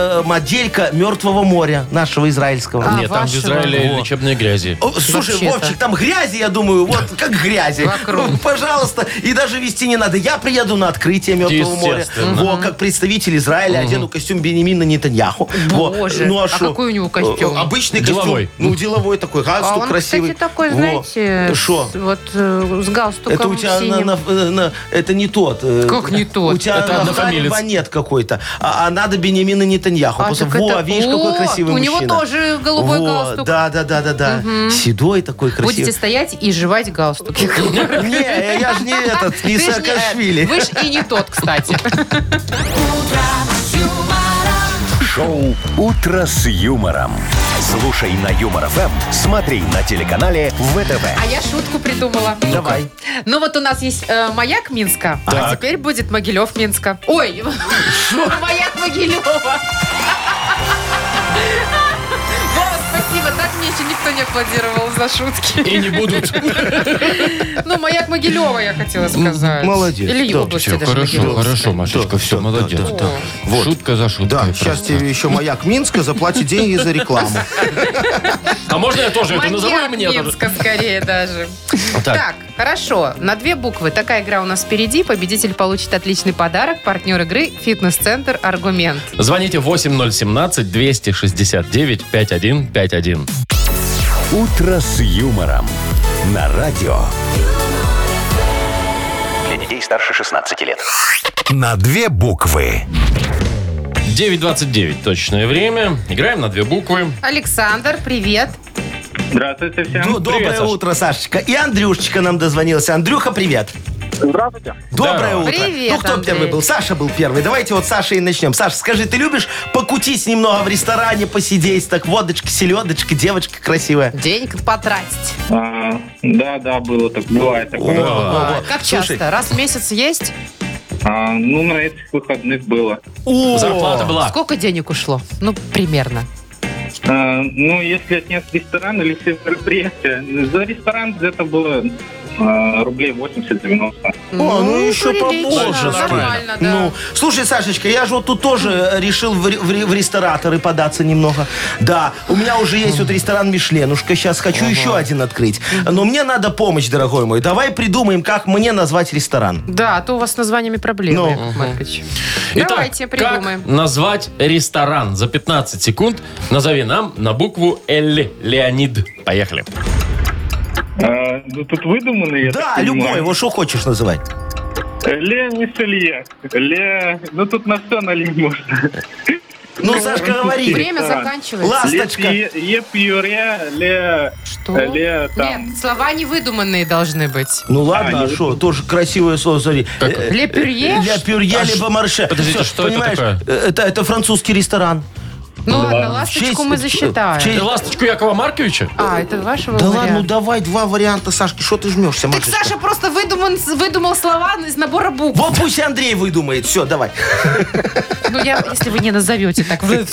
Speaker 4: мини-моделька Мертвого моря нашего израильского.
Speaker 3: А,
Speaker 2: Нет, там в
Speaker 3: вашего?
Speaker 2: Израиле
Speaker 4: Во.
Speaker 2: лечебные грязи.
Speaker 4: О, Слушай,
Speaker 3: Вообще-то.
Speaker 4: Вовчик, там грязи, я думаю, вот как грязи. Ну,
Speaker 3: Вокруг.
Speaker 4: Пожалуйста, и даже вести не надо. Я приеду на открытие Мертвого моря.
Speaker 2: Естественно.
Speaker 4: Во, как представитель Израиля одену костюм Бенемина Нетаньяху. Во,
Speaker 3: Боже,
Speaker 4: ну
Speaker 3: а
Speaker 4: шо?
Speaker 3: какой у него костюм?
Speaker 4: Э, Обычный
Speaker 2: Деловой.
Speaker 4: костюм. Ну, деловой такой,
Speaker 3: А
Speaker 4: галстук
Speaker 3: он,
Speaker 4: красивый.
Speaker 3: кстати, такой,
Speaker 4: Во.
Speaker 3: знаете,
Speaker 4: Шо?
Speaker 3: с- вот э, с галстуком
Speaker 4: Это у тебя на-
Speaker 3: синим. А,
Speaker 4: на- на- на- это не тот. э,
Speaker 3: Как не тот?
Speaker 4: У тебя
Speaker 2: Это
Speaker 4: на
Speaker 2: однофамилец.
Speaker 4: Харькова нет какой-то. А, а надо Бенемина Нетаньяху.
Speaker 3: А,
Speaker 4: Просто,
Speaker 3: так
Speaker 4: во,
Speaker 3: это-
Speaker 4: видишь, какой
Speaker 3: О,
Speaker 4: красивый
Speaker 3: у него
Speaker 4: мужчина.
Speaker 3: тоже голубой
Speaker 4: Во,
Speaker 3: галстук.
Speaker 4: Да, да, да, да, да. Седой такой красивый.
Speaker 3: Будете стоять и жевать галстуки.
Speaker 4: Не, я же не этот, не
Speaker 3: Ты ж не- э,
Speaker 4: Саакашвили.
Speaker 3: Вы ж и не тот, кстати.
Speaker 1: Шоу «Утро с юмором». Слушай на Юмор ФМ, смотри на телеканале ВТВ.
Speaker 3: А я шутку придумала.
Speaker 4: Давай.
Speaker 3: Ну вот у нас есть э, маяк Минска, а теперь будет Могилев Минска. Ой, маяк Могилева. Вова, спасибо, так мне еще никто не аплодировал за шутки.
Speaker 2: И не будут.
Speaker 3: Ну, маяк Могилева, я хотела сказать.
Speaker 4: молодец.
Speaker 3: Или
Speaker 4: Да,
Speaker 3: области
Speaker 2: Все,
Speaker 3: даже
Speaker 2: хорошо,
Speaker 3: Могилевской.
Speaker 2: хорошо, Машечка, все, молодец. Шутка за шуткой.
Speaker 11: Да,
Speaker 2: просто.
Speaker 11: сейчас тебе еще маяк Минска заплатит деньги за рекламу.
Speaker 2: А можно я тоже это назову и
Speaker 3: Маньяк
Speaker 2: мне? это-
Speaker 3: Минска скорее даже.
Speaker 2: Так.
Speaker 3: Так. хорошо. На две буквы. Такая игра у нас впереди. Победитель получит отличный подарок. Партнер игры «Фитнес-центр Аргумент».
Speaker 2: Звоните 8017-269-5151.
Speaker 1: «Утро с юмором» на радио.
Speaker 5: Для детей старше 16 лет.
Speaker 1: На две буквы.
Speaker 2: 9.29 точное время. Играем на две буквы.
Speaker 3: Александр, привет.
Speaker 9: Здравствуйте всем.
Speaker 4: Ну, доброе
Speaker 2: Саш.
Speaker 4: утро, Сашечка. И Андрюшечка нам дозвонился. Андрюха, привет.
Speaker 6: Здравствуйте.
Speaker 4: Доброе утро.
Speaker 3: Привет,
Speaker 4: ну, кто
Speaker 3: Андрей.
Speaker 4: первый был? Саша был первый. Давайте вот с Сашей и начнем. Саша, скажи, ты любишь покутить немного в ресторане, посидеть так, водочка, селедочка, девочка красивая?
Speaker 3: Денег потратить.
Speaker 9: А, да, да, было так, бывает такое.
Speaker 4: Во, во, во.
Speaker 3: Как
Speaker 4: Слушай,
Speaker 3: часто? Раз в месяц есть?
Speaker 9: А, ну, на этих выходных было.
Speaker 4: о,
Speaker 2: Зарплата была.
Speaker 3: Сколько денег ушло? Ну, примерно.
Speaker 9: А, ну, если отнять ресторан или все мероприятия, за ресторан где-то было а, рублей 80-90.
Speaker 4: О, ну, еще
Speaker 3: прилично,
Speaker 4: побольше.
Speaker 3: Нормально, да.
Speaker 4: Ну, слушай, Сашечка, я же вот тут тоже э, решил в, ре- в ре- в рестораторы податься немного. Да, у меня уже есть вот ресторан Мишленушка. Сейчас хочу еще один открыть. Но мне надо помощь, дорогой мой. Давай придумаем, как мне назвать ресторан.
Speaker 3: Да, а то у вас с названиями проблемы,
Speaker 4: Ну.
Speaker 3: Яков Маркович.
Speaker 2: Итак,
Speaker 3: Давайте придумаем.
Speaker 2: Как назвать ресторан за 15 секунд? Назови нам на букву Л. Леонид. Поехали.
Speaker 9: А, ну, тут выдуманные, я
Speaker 4: да,
Speaker 9: так понимаю.
Speaker 4: любой, вот что хочешь называть.
Speaker 6: Ле не селье. Ле... Ну, тут на все на ле можно.
Speaker 4: Ну, Сашка, говори.
Speaker 3: Время заканчивается. Ласточка.
Speaker 6: Ле, пи- е пьюре, ле...
Speaker 3: Что?
Speaker 6: Ле там...
Speaker 3: Нет, слова невыдуманные должны быть.
Speaker 4: Ну ладно, а что, тоже красивое слово, смотри.
Speaker 3: Ле Пюрье?
Speaker 4: Ле Пюрье,
Speaker 2: А
Speaker 4: ле
Speaker 2: ш-
Speaker 4: Бомарше.
Speaker 2: подождите,
Speaker 4: Всё,
Speaker 2: что это
Speaker 4: понимаешь,
Speaker 2: такое?
Speaker 4: э, Это, это французский ресторан.
Speaker 3: Ну ладно,
Speaker 4: В
Speaker 3: ласточку
Speaker 4: честь-
Speaker 3: мы
Speaker 4: в
Speaker 3: засчитаем.
Speaker 4: честь-
Speaker 2: Ты ласточку Якова Марковича?
Speaker 3: А, это вашего
Speaker 11: Да
Speaker 3: варианта.
Speaker 11: ладно, ну давай два варианта, Сашки. Что ты жмешься,
Speaker 3: Так
Speaker 11: Машечка?
Speaker 3: Саша просто выдуман, выдумал слова из набора букв.
Speaker 4: Вот пусть Андрей выдумает. Все, давай.
Speaker 3: Ну, я, если вы не назовете так, вы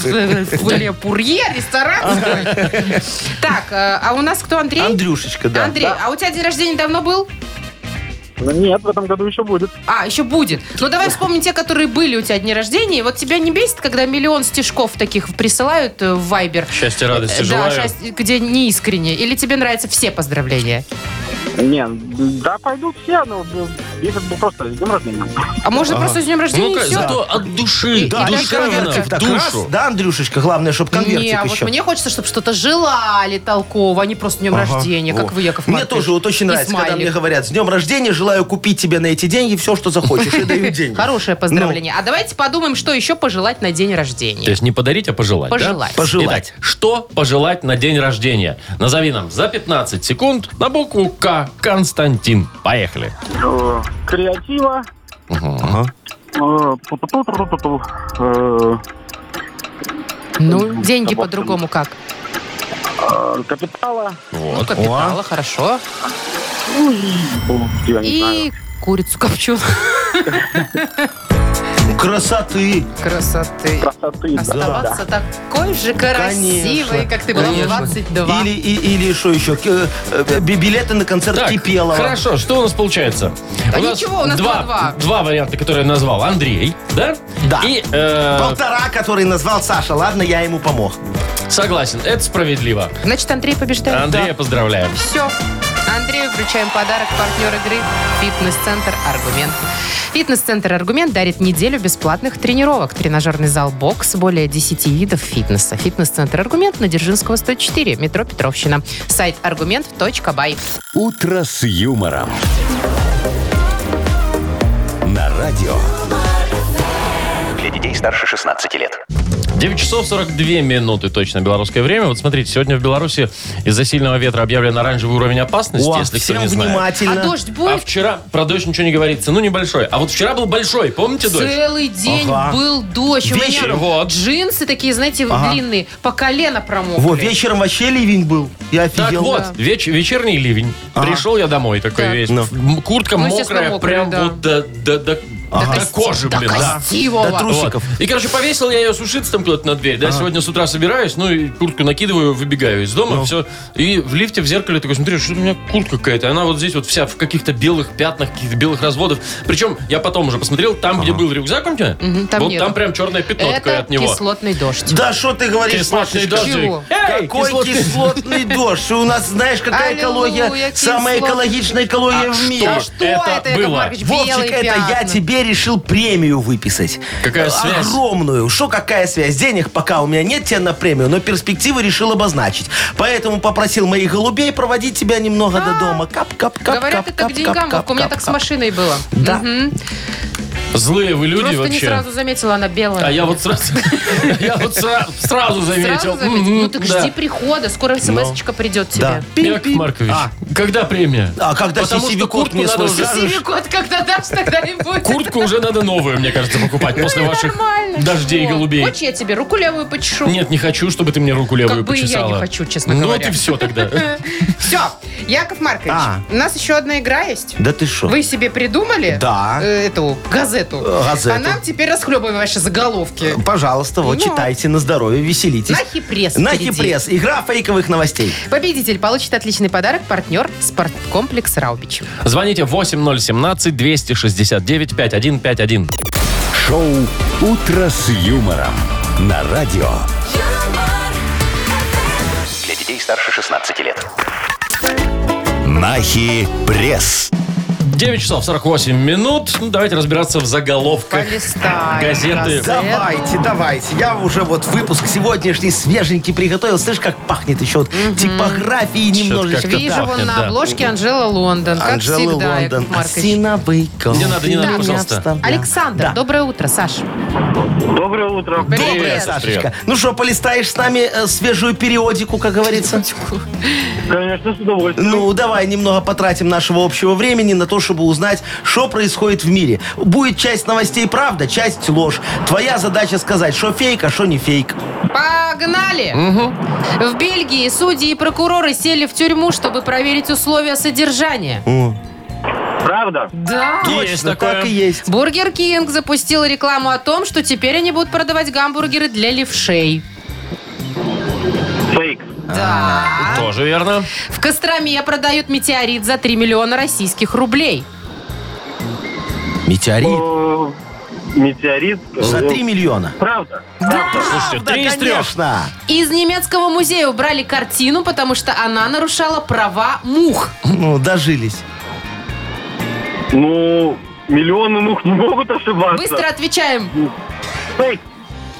Speaker 3: Ле Пурье, ресторан. такой. Так, э, а у нас кто, Андрей?
Speaker 4: Андрюшечка, да.
Speaker 3: Андрей, а у тебя день рождения давно был?
Speaker 6: Ну, Нет, в этом году еще будет.
Speaker 3: А, еще будет. Ну, давай вспомним те, которые были у тебя дни рождения. И Вот тебя не бесит, когда миллион стишков таких присылают э, в Вайбер?
Speaker 2: Счастья, радости
Speaker 3: Э,
Speaker 2: желаю.
Speaker 3: Да, счасть- где не искренне. Или тебе нравятся все поздравления?
Speaker 6: Не, да пойдут все, но если бы просто с днем рождения.
Speaker 3: А можно просто с днем рождения
Speaker 2: Ну-ка,
Speaker 3: и все?
Speaker 2: зато от души,
Speaker 3: Да,
Speaker 2: душевно,
Speaker 3: конвертик
Speaker 2: в
Speaker 4: Так, раз,
Speaker 2: душу.
Speaker 4: да, Андрюшечка, главное, чтобы конвертик
Speaker 3: Не, а вот
Speaker 4: еще.
Speaker 3: мне хочется, чтобы что-то желали толково, а не просто днем
Speaker 4: Ага,
Speaker 3: рождения, как
Speaker 4: во.
Speaker 3: вы, Яков
Speaker 4: Мне
Speaker 3: Маркович.
Speaker 4: тоже вот очень
Speaker 3: И
Speaker 4: нравится, когда
Speaker 3: смайлик.
Speaker 4: мне говорят, с днем рождения, желаю купить тебе на эти деньги все, что захочешь, и дают деньги. Ну,
Speaker 3: Хорошее поздравление. А давайте подумаем, что еще пожелать на день
Speaker 2: То
Speaker 3: рождения.
Speaker 2: есть не подарить, а пожелать, да?
Speaker 3: Пожелать.
Speaker 4: Пожелать.
Speaker 2: Итак, что пожелать на день рождения? Назови нам за 15 секунд на букву К. Константин. Поехали.
Speaker 6: Э, Креатива.
Speaker 4: Ага.
Speaker 6: э, пу-пу-пу-пу-пу-пу, э,
Speaker 3: Ну, деньги по-другому как?
Speaker 6: э, Капитала.
Speaker 3: Ну,
Speaker 2: Вот.
Speaker 3: капитала, хорошо.
Speaker 6: Ну, и, ну, я не знаю.
Speaker 3: И курицу копчу.
Speaker 4: Красоты.
Speaker 3: Красоты.
Speaker 6: Красоты, да.
Speaker 3: Оставаться такой же красивой,
Speaker 4: Конечно.
Speaker 3: как ты была в
Speaker 4: Конечно.
Speaker 3: 22.
Speaker 4: Или, и- или что еще? К- э, э, би- Билеты на концерт
Speaker 2: Так,
Speaker 4: Кипелова.
Speaker 2: хорошо, что у нас получается?
Speaker 3: Да ничего, у нас
Speaker 2: два,
Speaker 3: два-два.
Speaker 2: два варианта, которые назвал Андрей, да?
Speaker 4: Да.
Speaker 2: И э,
Speaker 4: Полтора, который назвал Саша. Ладно, я ему помог.
Speaker 2: согласен, это справедливо.
Speaker 3: Значит, Андрей побеждает.
Speaker 2: Андрея поздравляем.
Speaker 3: Все. Андрею вручаем подарок партнер игры «Фитнес-центр Аргумент». «Фитнес-центр Аргумент» дарит неделю бесплатных тренировок. Тренажерный зал «Бокс», более 10 видов фитнеса. «Фитнес-центр Аргумент» на Дзержинского, 104, метро Петровщина. Сайт аргумент.бай.
Speaker 1: «Утро с юмором». На радио.
Speaker 5: Для детей старше 16 лет.
Speaker 2: 9 часов 42 минуты точно белорусское время. Вот смотрите, сегодня в Беларуси из-за сильного ветра объявлен оранжевый уровень опасности,
Speaker 4: О,
Speaker 2: если Ну, кто
Speaker 4: всем
Speaker 2: не знает.
Speaker 3: А
Speaker 4: внимательно.
Speaker 3: дождь
Speaker 2: А
Speaker 3: будет?
Speaker 2: вчера про дождь ничего не говорится. Ну, небольшой. А вот вчера был большой, помните дождь?
Speaker 3: Целый день
Speaker 4: Ага.
Speaker 3: был дождь. У
Speaker 4: Вечером.
Speaker 3: меня
Speaker 2: Вот.
Speaker 3: джинсы такие, знаете, длинные, по колено промокли.
Speaker 4: Во, вечером вообще ливень был. Я офигел.
Speaker 2: Так вот, веч- вечерний ливень. Пришел я домой такой
Speaker 3: Так.
Speaker 2: весь.
Speaker 4: Ну.
Speaker 2: М, Куртка
Speaker 3: Ну, естественно,
Speaker 2: мокрая,
Speaker 3: мокрая,
Speaker 2: прям
Speaker 3: да.
Speaker 2: вот до, до- до- до
Speaker 3: кости-
Speaker 2: кожи,
Speaker 3: до
Speaker 2: блин. да.
Speaker 3: кости,
Speaker 4: До
Speaker 3: Вова.
Speaker 4: трусиков.
Speaker 2: Вот. И, короче, повесил я ее сушиться там куда-то на дверь. Да, сегодня с утра собираюсь, ну и куртку накидываю, выбегаю из
Speaker 4: Ну.
Speaker 2: дома, все. И в лифте в зеркале такой, смотри, что у меня куртка какая-то. Она вот здесь вот вся в каких-то белых пятнах, каких-то белых разводов. Причем я потом уже посмотрел, там, где был рюкзак у тебя,
Speaker 3: Мгм, там
Speaker 2: вот
Speaker 3: нету.
Speaker 2: там прям черное пятно такое
Speaker 3: Это
Speaker 2: от него.
Speaker 3: кислотный дождь.
Speaker 4: Да что ты говоришь,
Speaker 2: Кислотный
Speaker 4: Машечка?
Speaker 2: дождик.
Speaker 3: Чего?
Speaker 2: Эй,
Speaker 4: Какой
Speaker 2: кислотный-
Speaker 4: кислотный, дождь? И У нас, знаешь, какая
Speaker 3: Аллилуйя,
Speaker 4: экология? Самая
Speaker 3: кислотный.
Speaker 4: экологичная экология в мире.
Speaker 3: Да А что
Speaker 2: Это
Speaker 3: это, Яков
Speaker 2: было.
Speaker 3: Маркович,
Speaker 4: Вовчик,
Speaker 3: белые
Speaker 4: это я
Speaker 3: пятна.
Speaker 4: тебе решил премию выписать. Э,
Speaker 2: Какая связь?
Speaker 4: Огромную. Что какая связь? Денег пока у меня нет тебе на премию, но перспективы решил обозначить. Поэтому попросил моих голубей проводить тебя немного до дома. Кап-кап-кап.
Speaker 3: А. Говорят, это к деньгам, Вовка. У меня так с машиной было.
Speaker 4: Да.
Speaker 3: Мгм.
Speaker 2: Злые вы люди
Speaker 3: Просто не
Speaker 2: вообще.
Speaker 3: сразу заметила, она белая.
Speaker 2: А я вот сразу, я вот сра- сразу заметил.
Speaker 3: Сразу
Speaker 2: Мгм,
Speaker 3: Ну так
Speaker 2: да. Ну.
Speaker 3: жди прихода, скоро смс-очка придет тебе.
Speaker 4: Да.
Speaker 2: Яков Маркович,
Speaker 4: А.
Speaker 2: когда премия?
Speaker 4: А когда
Speaker 2: Потому что
Speaker 4: сетевиков
Speaker 2: куртку
Speaker 4: мне
Speaker 2: надо
Speaker 4: свой
Speaker 2: уже-
Speaker 4: скажешь,
Speaker 3: Севикот, когда дашь, тогда и будет.
Speaker 2: Куртку уже надо новую, мне кажется, покупать после ваших
Speaker 3: Нормально.
Speaker 2: дождей и
Speaker 3: Чего?
Speaker 2: голубей.
Speaker 3: Хочешь, я тебе руку левую почешу?
Speaker 2: Нет, не хочу, чтобы ты мне руку левую
Speaker 3: Как бы и я не
Speaker 2: почесала.
Speaker 3: хочу, честно
Speaker 2: ну,
Speaker 3: говоря.
Speaker 2: Ну, ты все тогда.
Speaker 3: Все, Яков Маркович,
Speaker 4: А.
Speaker 3: у нас еще одна игра есть.
Speaker 4: Да ты что?
Speaker 3: Вы себе придумали
Speaker 4: Да.
Speaker 3: э, эту газету.
Speaker 4: Э, газету. Э,
Speaker 3: А нам теперь расхлебываем ваши заголовки.
Speaker 4: Пожалуйста, вот
Speaker 3: Ну.
Speaker 4: читайте на здоровье, веселитесь.
Speaker 3: Нахи пресс.
Speaker 4: Нахи
Speaker 3: впереди.
Speaker 4: пресс. Игра фейковых новостей.
Speaker 3: Победитель получит отличный подарок партнер спорткомплекс Раубич.
Speaker 2: Звоните 8017-269-5151.
Speaker 1: Шоу «Утро с юмором». На радио.
Speaker 5: Для детей старше 16 лет.
Speaker 1: Нахи пресс.
Speaker 2: 9 часов 48 минут. Ну, давайте разбираться в заголовках
Speaker 3: Полистаем.
Speaker 2: газеты.
Speaker 4: Давайте, давайте. Я уже вот выпуск сегодняшний свеженький приготовил. Слышь, как пахнет еще вот типографии немножечко.
Speaker 2: как-то
Speaker 3: Вижу вон
Speaker 2: пахнет,
Speaker 3: на
Speaker 2: да.
Speaker 3: обложке Анжела Лондон. Как
Speaker 4: Анжела
Speaker 3: всегда,
Speaker 4: Лондон.
Speaker 3: Яков Маркович.
Speaker 4: Осиновый кол.
Speaker 2: Не надо, не надо,
Speaker 4: Меня
Speaker 2: пожалуйста.
Speaker 4: вставлял.
Speaker 3: Александр,
Speaker 4: Да.
Speaker 3: доброе утро, Саша.
Speaker 9: Доброе утро.
Speaker 4: Доброе,
Speaker 2: Привет,
Speaker 4: Сашечка.
Speaker 2: привет.
Speaker 4: Ну что, полистаешь с нами э, свежую периодику, как говорится?
Speaker 9: Конечно, с удовольствием.
Speaker 4: Ну, давай немного потратим нашего общего времени на то, чтобы узнать, что происходит в мире. Будет часть новостей правда, часть ложь. Твоя задача сказать, что фейк, а что не фейк.
Speaker 3: Погнали! В Бельгии судьи и прокуроры сели в тюрьму, чтобы проверить условия содержания.
Speaker 9: Правда?
Speaker 3: Да.
Speaker 2: Есть
Speaker 4: Точно,
Speaker 2: такое.
Speaker 4: так и есть.
Speaker 3: Бургер Кинг запустил рекламу о том, что теперь они будут продавать гамбургеры для левшей.
Speaker 9: Фейк.
Speaker 3: Да.
Speaker 2: Тоже верно.
Speaker 3: В Костроме продают метеорит за 3 миллиона российских рублей.
Speaker 4: Метеорит.
Speaker 9: Э, Метеорит.
Speaker 4: За
Speaker 9: э,
Speaker 4: 3 миллиона.
Speaker 9: Правда?
Speaker 2: Слушайте, три из трех.
Speaker 4: конечно.
Speaker 3: Из немецкого музея убрали картину, потому что она нарушала права мух.
Speaker 4: Ну, дожились.
Speaker 9: Ну, миллионы мух не могут ошибаться.
Speaker 3: Быстро отвечаем.
Speaker 9: Фейк.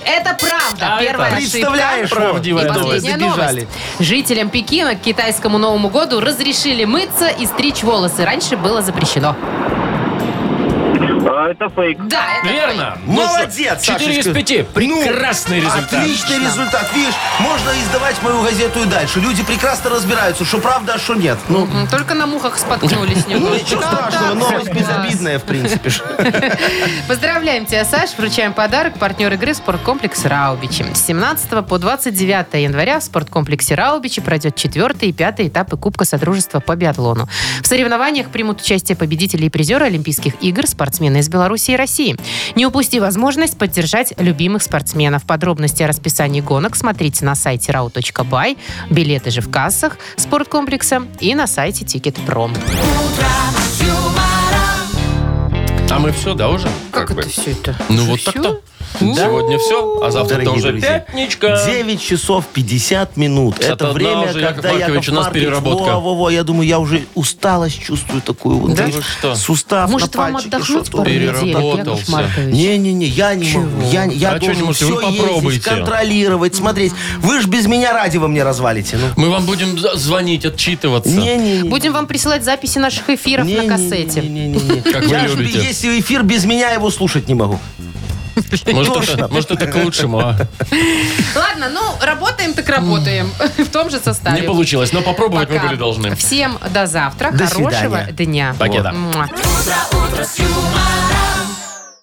Speaker 3: Это правда.
Speaker 2: А
Speaker 3: Первая
Speaker 2: это
Speaker 3: ошибка.
Speaker 4: Представляешь,
Speaker 3: И
Speaker 2: правдивая
Speaker 4: вот,
Speaker 3: последняя новость.
Speaker 4: добежали.
Speaker 3: Жителям Пекина к китайскому Новому году разрешили мыться и стричь волосы. Раньше было запрещено.
Speaker 9: А, Это фейк.
Speaker 3: Да, это
Speaker 2: Верно.
Speaker 4: Молодец,
Speaker 2: 4 из
Speaker 4: Сашечка. Ну,
Speaker 2: 5. Прекрасный результат.
Speaker 4: Отличный результат. Видишь, можно издавать мою газету и дальше. Люди прекрасно разбираются, что правда, а что нет. Ну,
Speaker 3: М, Только на мухах споткнулись
Speaker 4: ну,
Speaker 3: немножечко.
Speaker 4: ничего
Speaker 3: А
Speaker 4: страшного,
Speaker 3: так
Speaker 4: новость
Speaker 3: класс.
Speaker 4: безобидная, в принципе. ж.
Speaker 3: Поздравляем тебя, Саш. Вручаем подарок. Партнер игры «Спорткомплекс Раубичи». С 17 по 29 января в «Спорткомплексе Раубичи» пройдет четвертый и пятый этапы Кубка Содружества по биатлону. В соревнованиях примут участие победители и призеры Олимпийских игр, спортсмены из Беларуси и России. Не упусти возможность поддержать любимых спортсменов. Подробности о расписании гонок смотрите на сайте rau.by. Билеты же в кассах спорткомплекса и на сайте Тикет.Пром.
Speaker 2: А мы все, да, уже?
Speaker 3: Как,
Speaker 2: бы.
Speaker 3: это все это?
Speaker 2: Ну вот так-то. Сегодня все, а завтра-то
Speaker 4: Ну, Дорогие
Speaker 2: уже
Speaker 4: друзья,
Speaker 2: пятничка.
Speaker 4: 9 часов 50 минут.
Speaker 2: 51
Speaker 4: Это время,
Speaker 2: уже, Яков
Speaker 4: когда
Speaker 2: Маркович,
Speaker 4: Яков
Speaker 2: у нас
Speaker 4: Маркович,
Speaker 2: переработка.
Speaker 4: во, во, во, я думаю, я уже усталость чувствую такую. Вот,
Speaker 2: Да
Speaker 4: видишь,
Speaker 2: вы что?
Speaker 4: Сустав
Speaker 3: А Может,
Speaker 4: на
Speaker 3: вам
Speaker 4: пальчике,
Speaker 3: отдохнуть
Speaker 4: что-то.
Speaker 3: пару недель, Яков
Speaker 2: Переработался.
Speaker 3: Маркович?
Speaker 4: Не-не-не, я не могу. Я, я
Speaker 2: А чё не
Speaker 4: должен
Speaker 2: можете? Вы
Speaker 4: все ездить,
Speaker 2: попробуйте.
Speaker 4: контролировать, смотреть. Вы же без меня ради вы мне развалите. Ну.
Speaker 2: Мы вам будем з- звонить, отчитываться.
Speaker 4: Не-не-не.
Speaker 3: Будем вам присылать записи наших эфиров на кассете.
Speaker 4: Не-не-не.
Speaker 2: Как вы
Speaker 4: Я ж,
Speaker 2: любите.
Speaker 4: если эфир без меня, его слушать не могу.
Speaker 2: Может, это, может, это к лучшему, а?
Speaker 3: Ладно, ну, работаем так работаем. В том же составе.
Speaker 2: Не получилось, но попробовать мы
Speaker 3: Пока.
Speaker 2: были должны.
Speaker 3: Всем до завтра.
Speaker 4: До
Speaker 3: Хорошего
Speaker 4: свидания.
Speaker 3: дня.
Speaker 2: Покеда.
Speaker 3: Муа.
Speaker 7: Утро, утро с юмором.